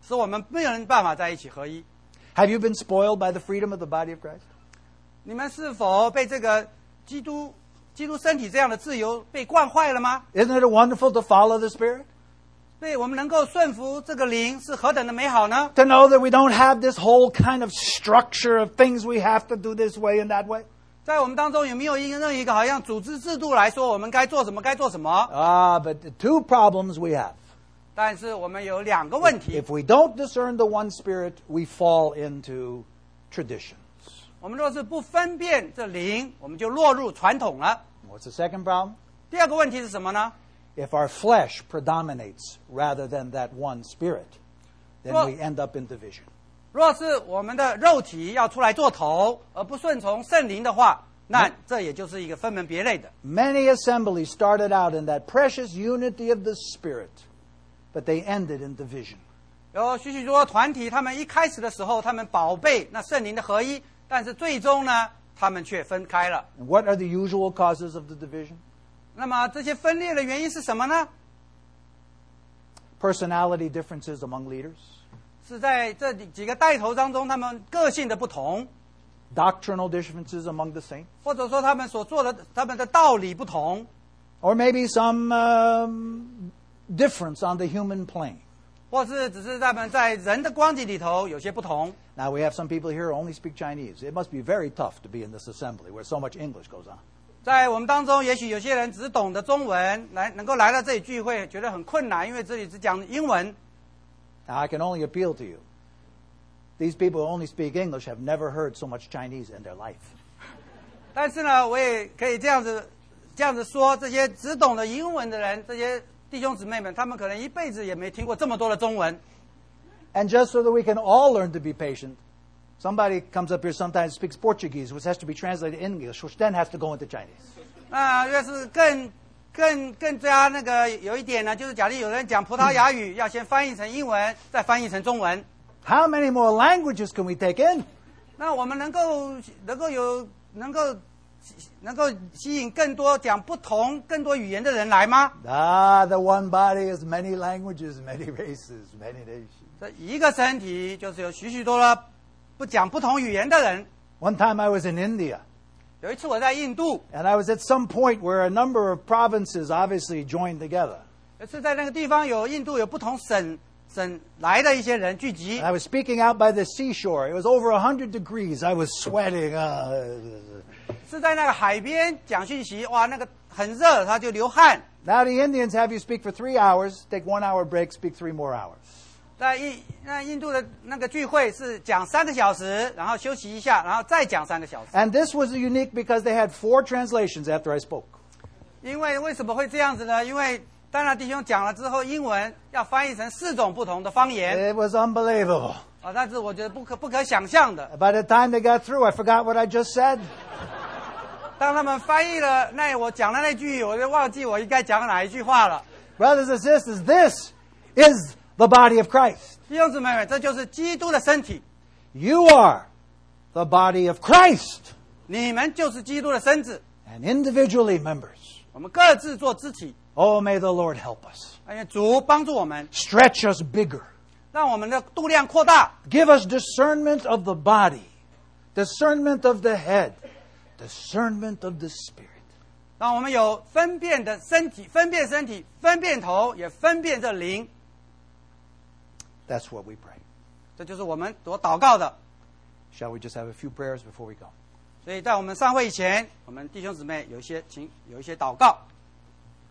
使我们没有办法在一起合一。
Have you been spoiled by the freedom of the body of Christ?
你们是否被这个基督基督身体这样的自由被惯坏了吗？
Isn't it wonderful to follow the Spirit?
所以我们能够顺服这个灵是何等的美好呢？
To know that we don't have this whole kind of structure of things we have to do this way and that way?
在我们当中有没有一个任何一个好像组织制度来说我们该做什么该做什么？
Ah, but the two problems we have.
但是我们有两个问题，
If we don't discern the one Spirit, we fall into tradition.
我们若是不分辨这灵，我们就落入传统了。
What's the second problem?
第二个问题是什么呢？
If our flesh predominates rather than that one spirit, then
Well-
we end up in division.
若是我们的肉体要出来做头，而不顺从圣灵的话，那这也就是一个分门别类的。
Many assemblies started out in that precious unity of the Spirit, but they ended in division.
有许许多多团体，他们一开始的时候，他们宝贝那圣灵的合一，但是最终呢，他们却分开了。
And what are the usual causes of the division?
那么这些分裂的原因是什么呢？
Personality differences among leaders,
是在这几几个带头当中，他们个性的不同，
doctrinal differences among the saints,
或者说他们所做的他们的道理不同，
or maybe some um, difference on the human plane.
或是只是他们在人的光景里头有些不同。
Now, we have some people here who only speak Chinese. It must be very tough to be in this assembly where so much English goes on.
在我们当中，也许有些人只懂得中文，来能够来到这里聚会，觉得很困难，因为这里只讲英文。
Now, I can only appeal to you. These people who only speak English have never heard so much Chinese in their life.
但是呢，我也可以这样子这样子说，这些只懂得英文的人，这些弟兄姊妹们，他们可能一辈子也没听过这么多的中文。
And just so that we can all learn to be patient, somebody comes up here sometimes speaks Portuguese, which has to be translated in English, which then has to go into Chinese.
那要是更更更加那个有一点呢，就是假如有人讲葡萄牙语，要先翻译成英文，再翻译成中文。
How many more languages can we take in?
那我们能够能够有能够能够吸引更多讲不同更多语言的人来吗？
Ah, the one body is many languages, many races, many nations.
这一个身体就是有许许多多不讲不同语言的人。
One time I was in India,
有一次我在印度，
and I was at some point where a number of provinces obviously joined together.
有一次在那个地方有印度有不同省省来的一些人聚集
And，I was speaking out by the seashore. It was over 100 degrees. I was sweating. Uh,
是在那个海边讲讯息，哇，那个很热，他就流汗。
now the Indians have you speak for three hours, take one hour break, speak three more hours.
在印那印度的那个聚会是讲三个小时，然后休息一下，然后再讲三个小时。
And this was unique because they had four translations after I spoke.
因为为什么会这样子呢？因为当然弟兄讲了之后，英文要翻译成四种不同的方言
It was unbelievable.
啊，但是我觉得不可不可想象的。
By the time they got through, I forgot what I just said.
当他们翻译了那我讲的那句，我就忘记我应该讲哪一句话了。
Brothers and sisters, this is the body of Christ.
弟兄姊妹们，这就是基督的身体，
You are the body of Christ
你们就是基督的身子，
and individually members.
我们各自做肢体。
Oh, may the Lord help us.
哎呀，主帮助我们，
Stretch us bigger.
让我们的度量扩大，
Give us discernment of the body, discernment of the head, discernment of the spirit.
让我们有分辨的身体，分辨身体，分辨头，也分辨这灵。
That's what we pray.
这就是我们所祷告的。
Shall we just have a few prayers before we go?
所以在我们散会以前，我们弟兄姊妹有一些请有一些祷告。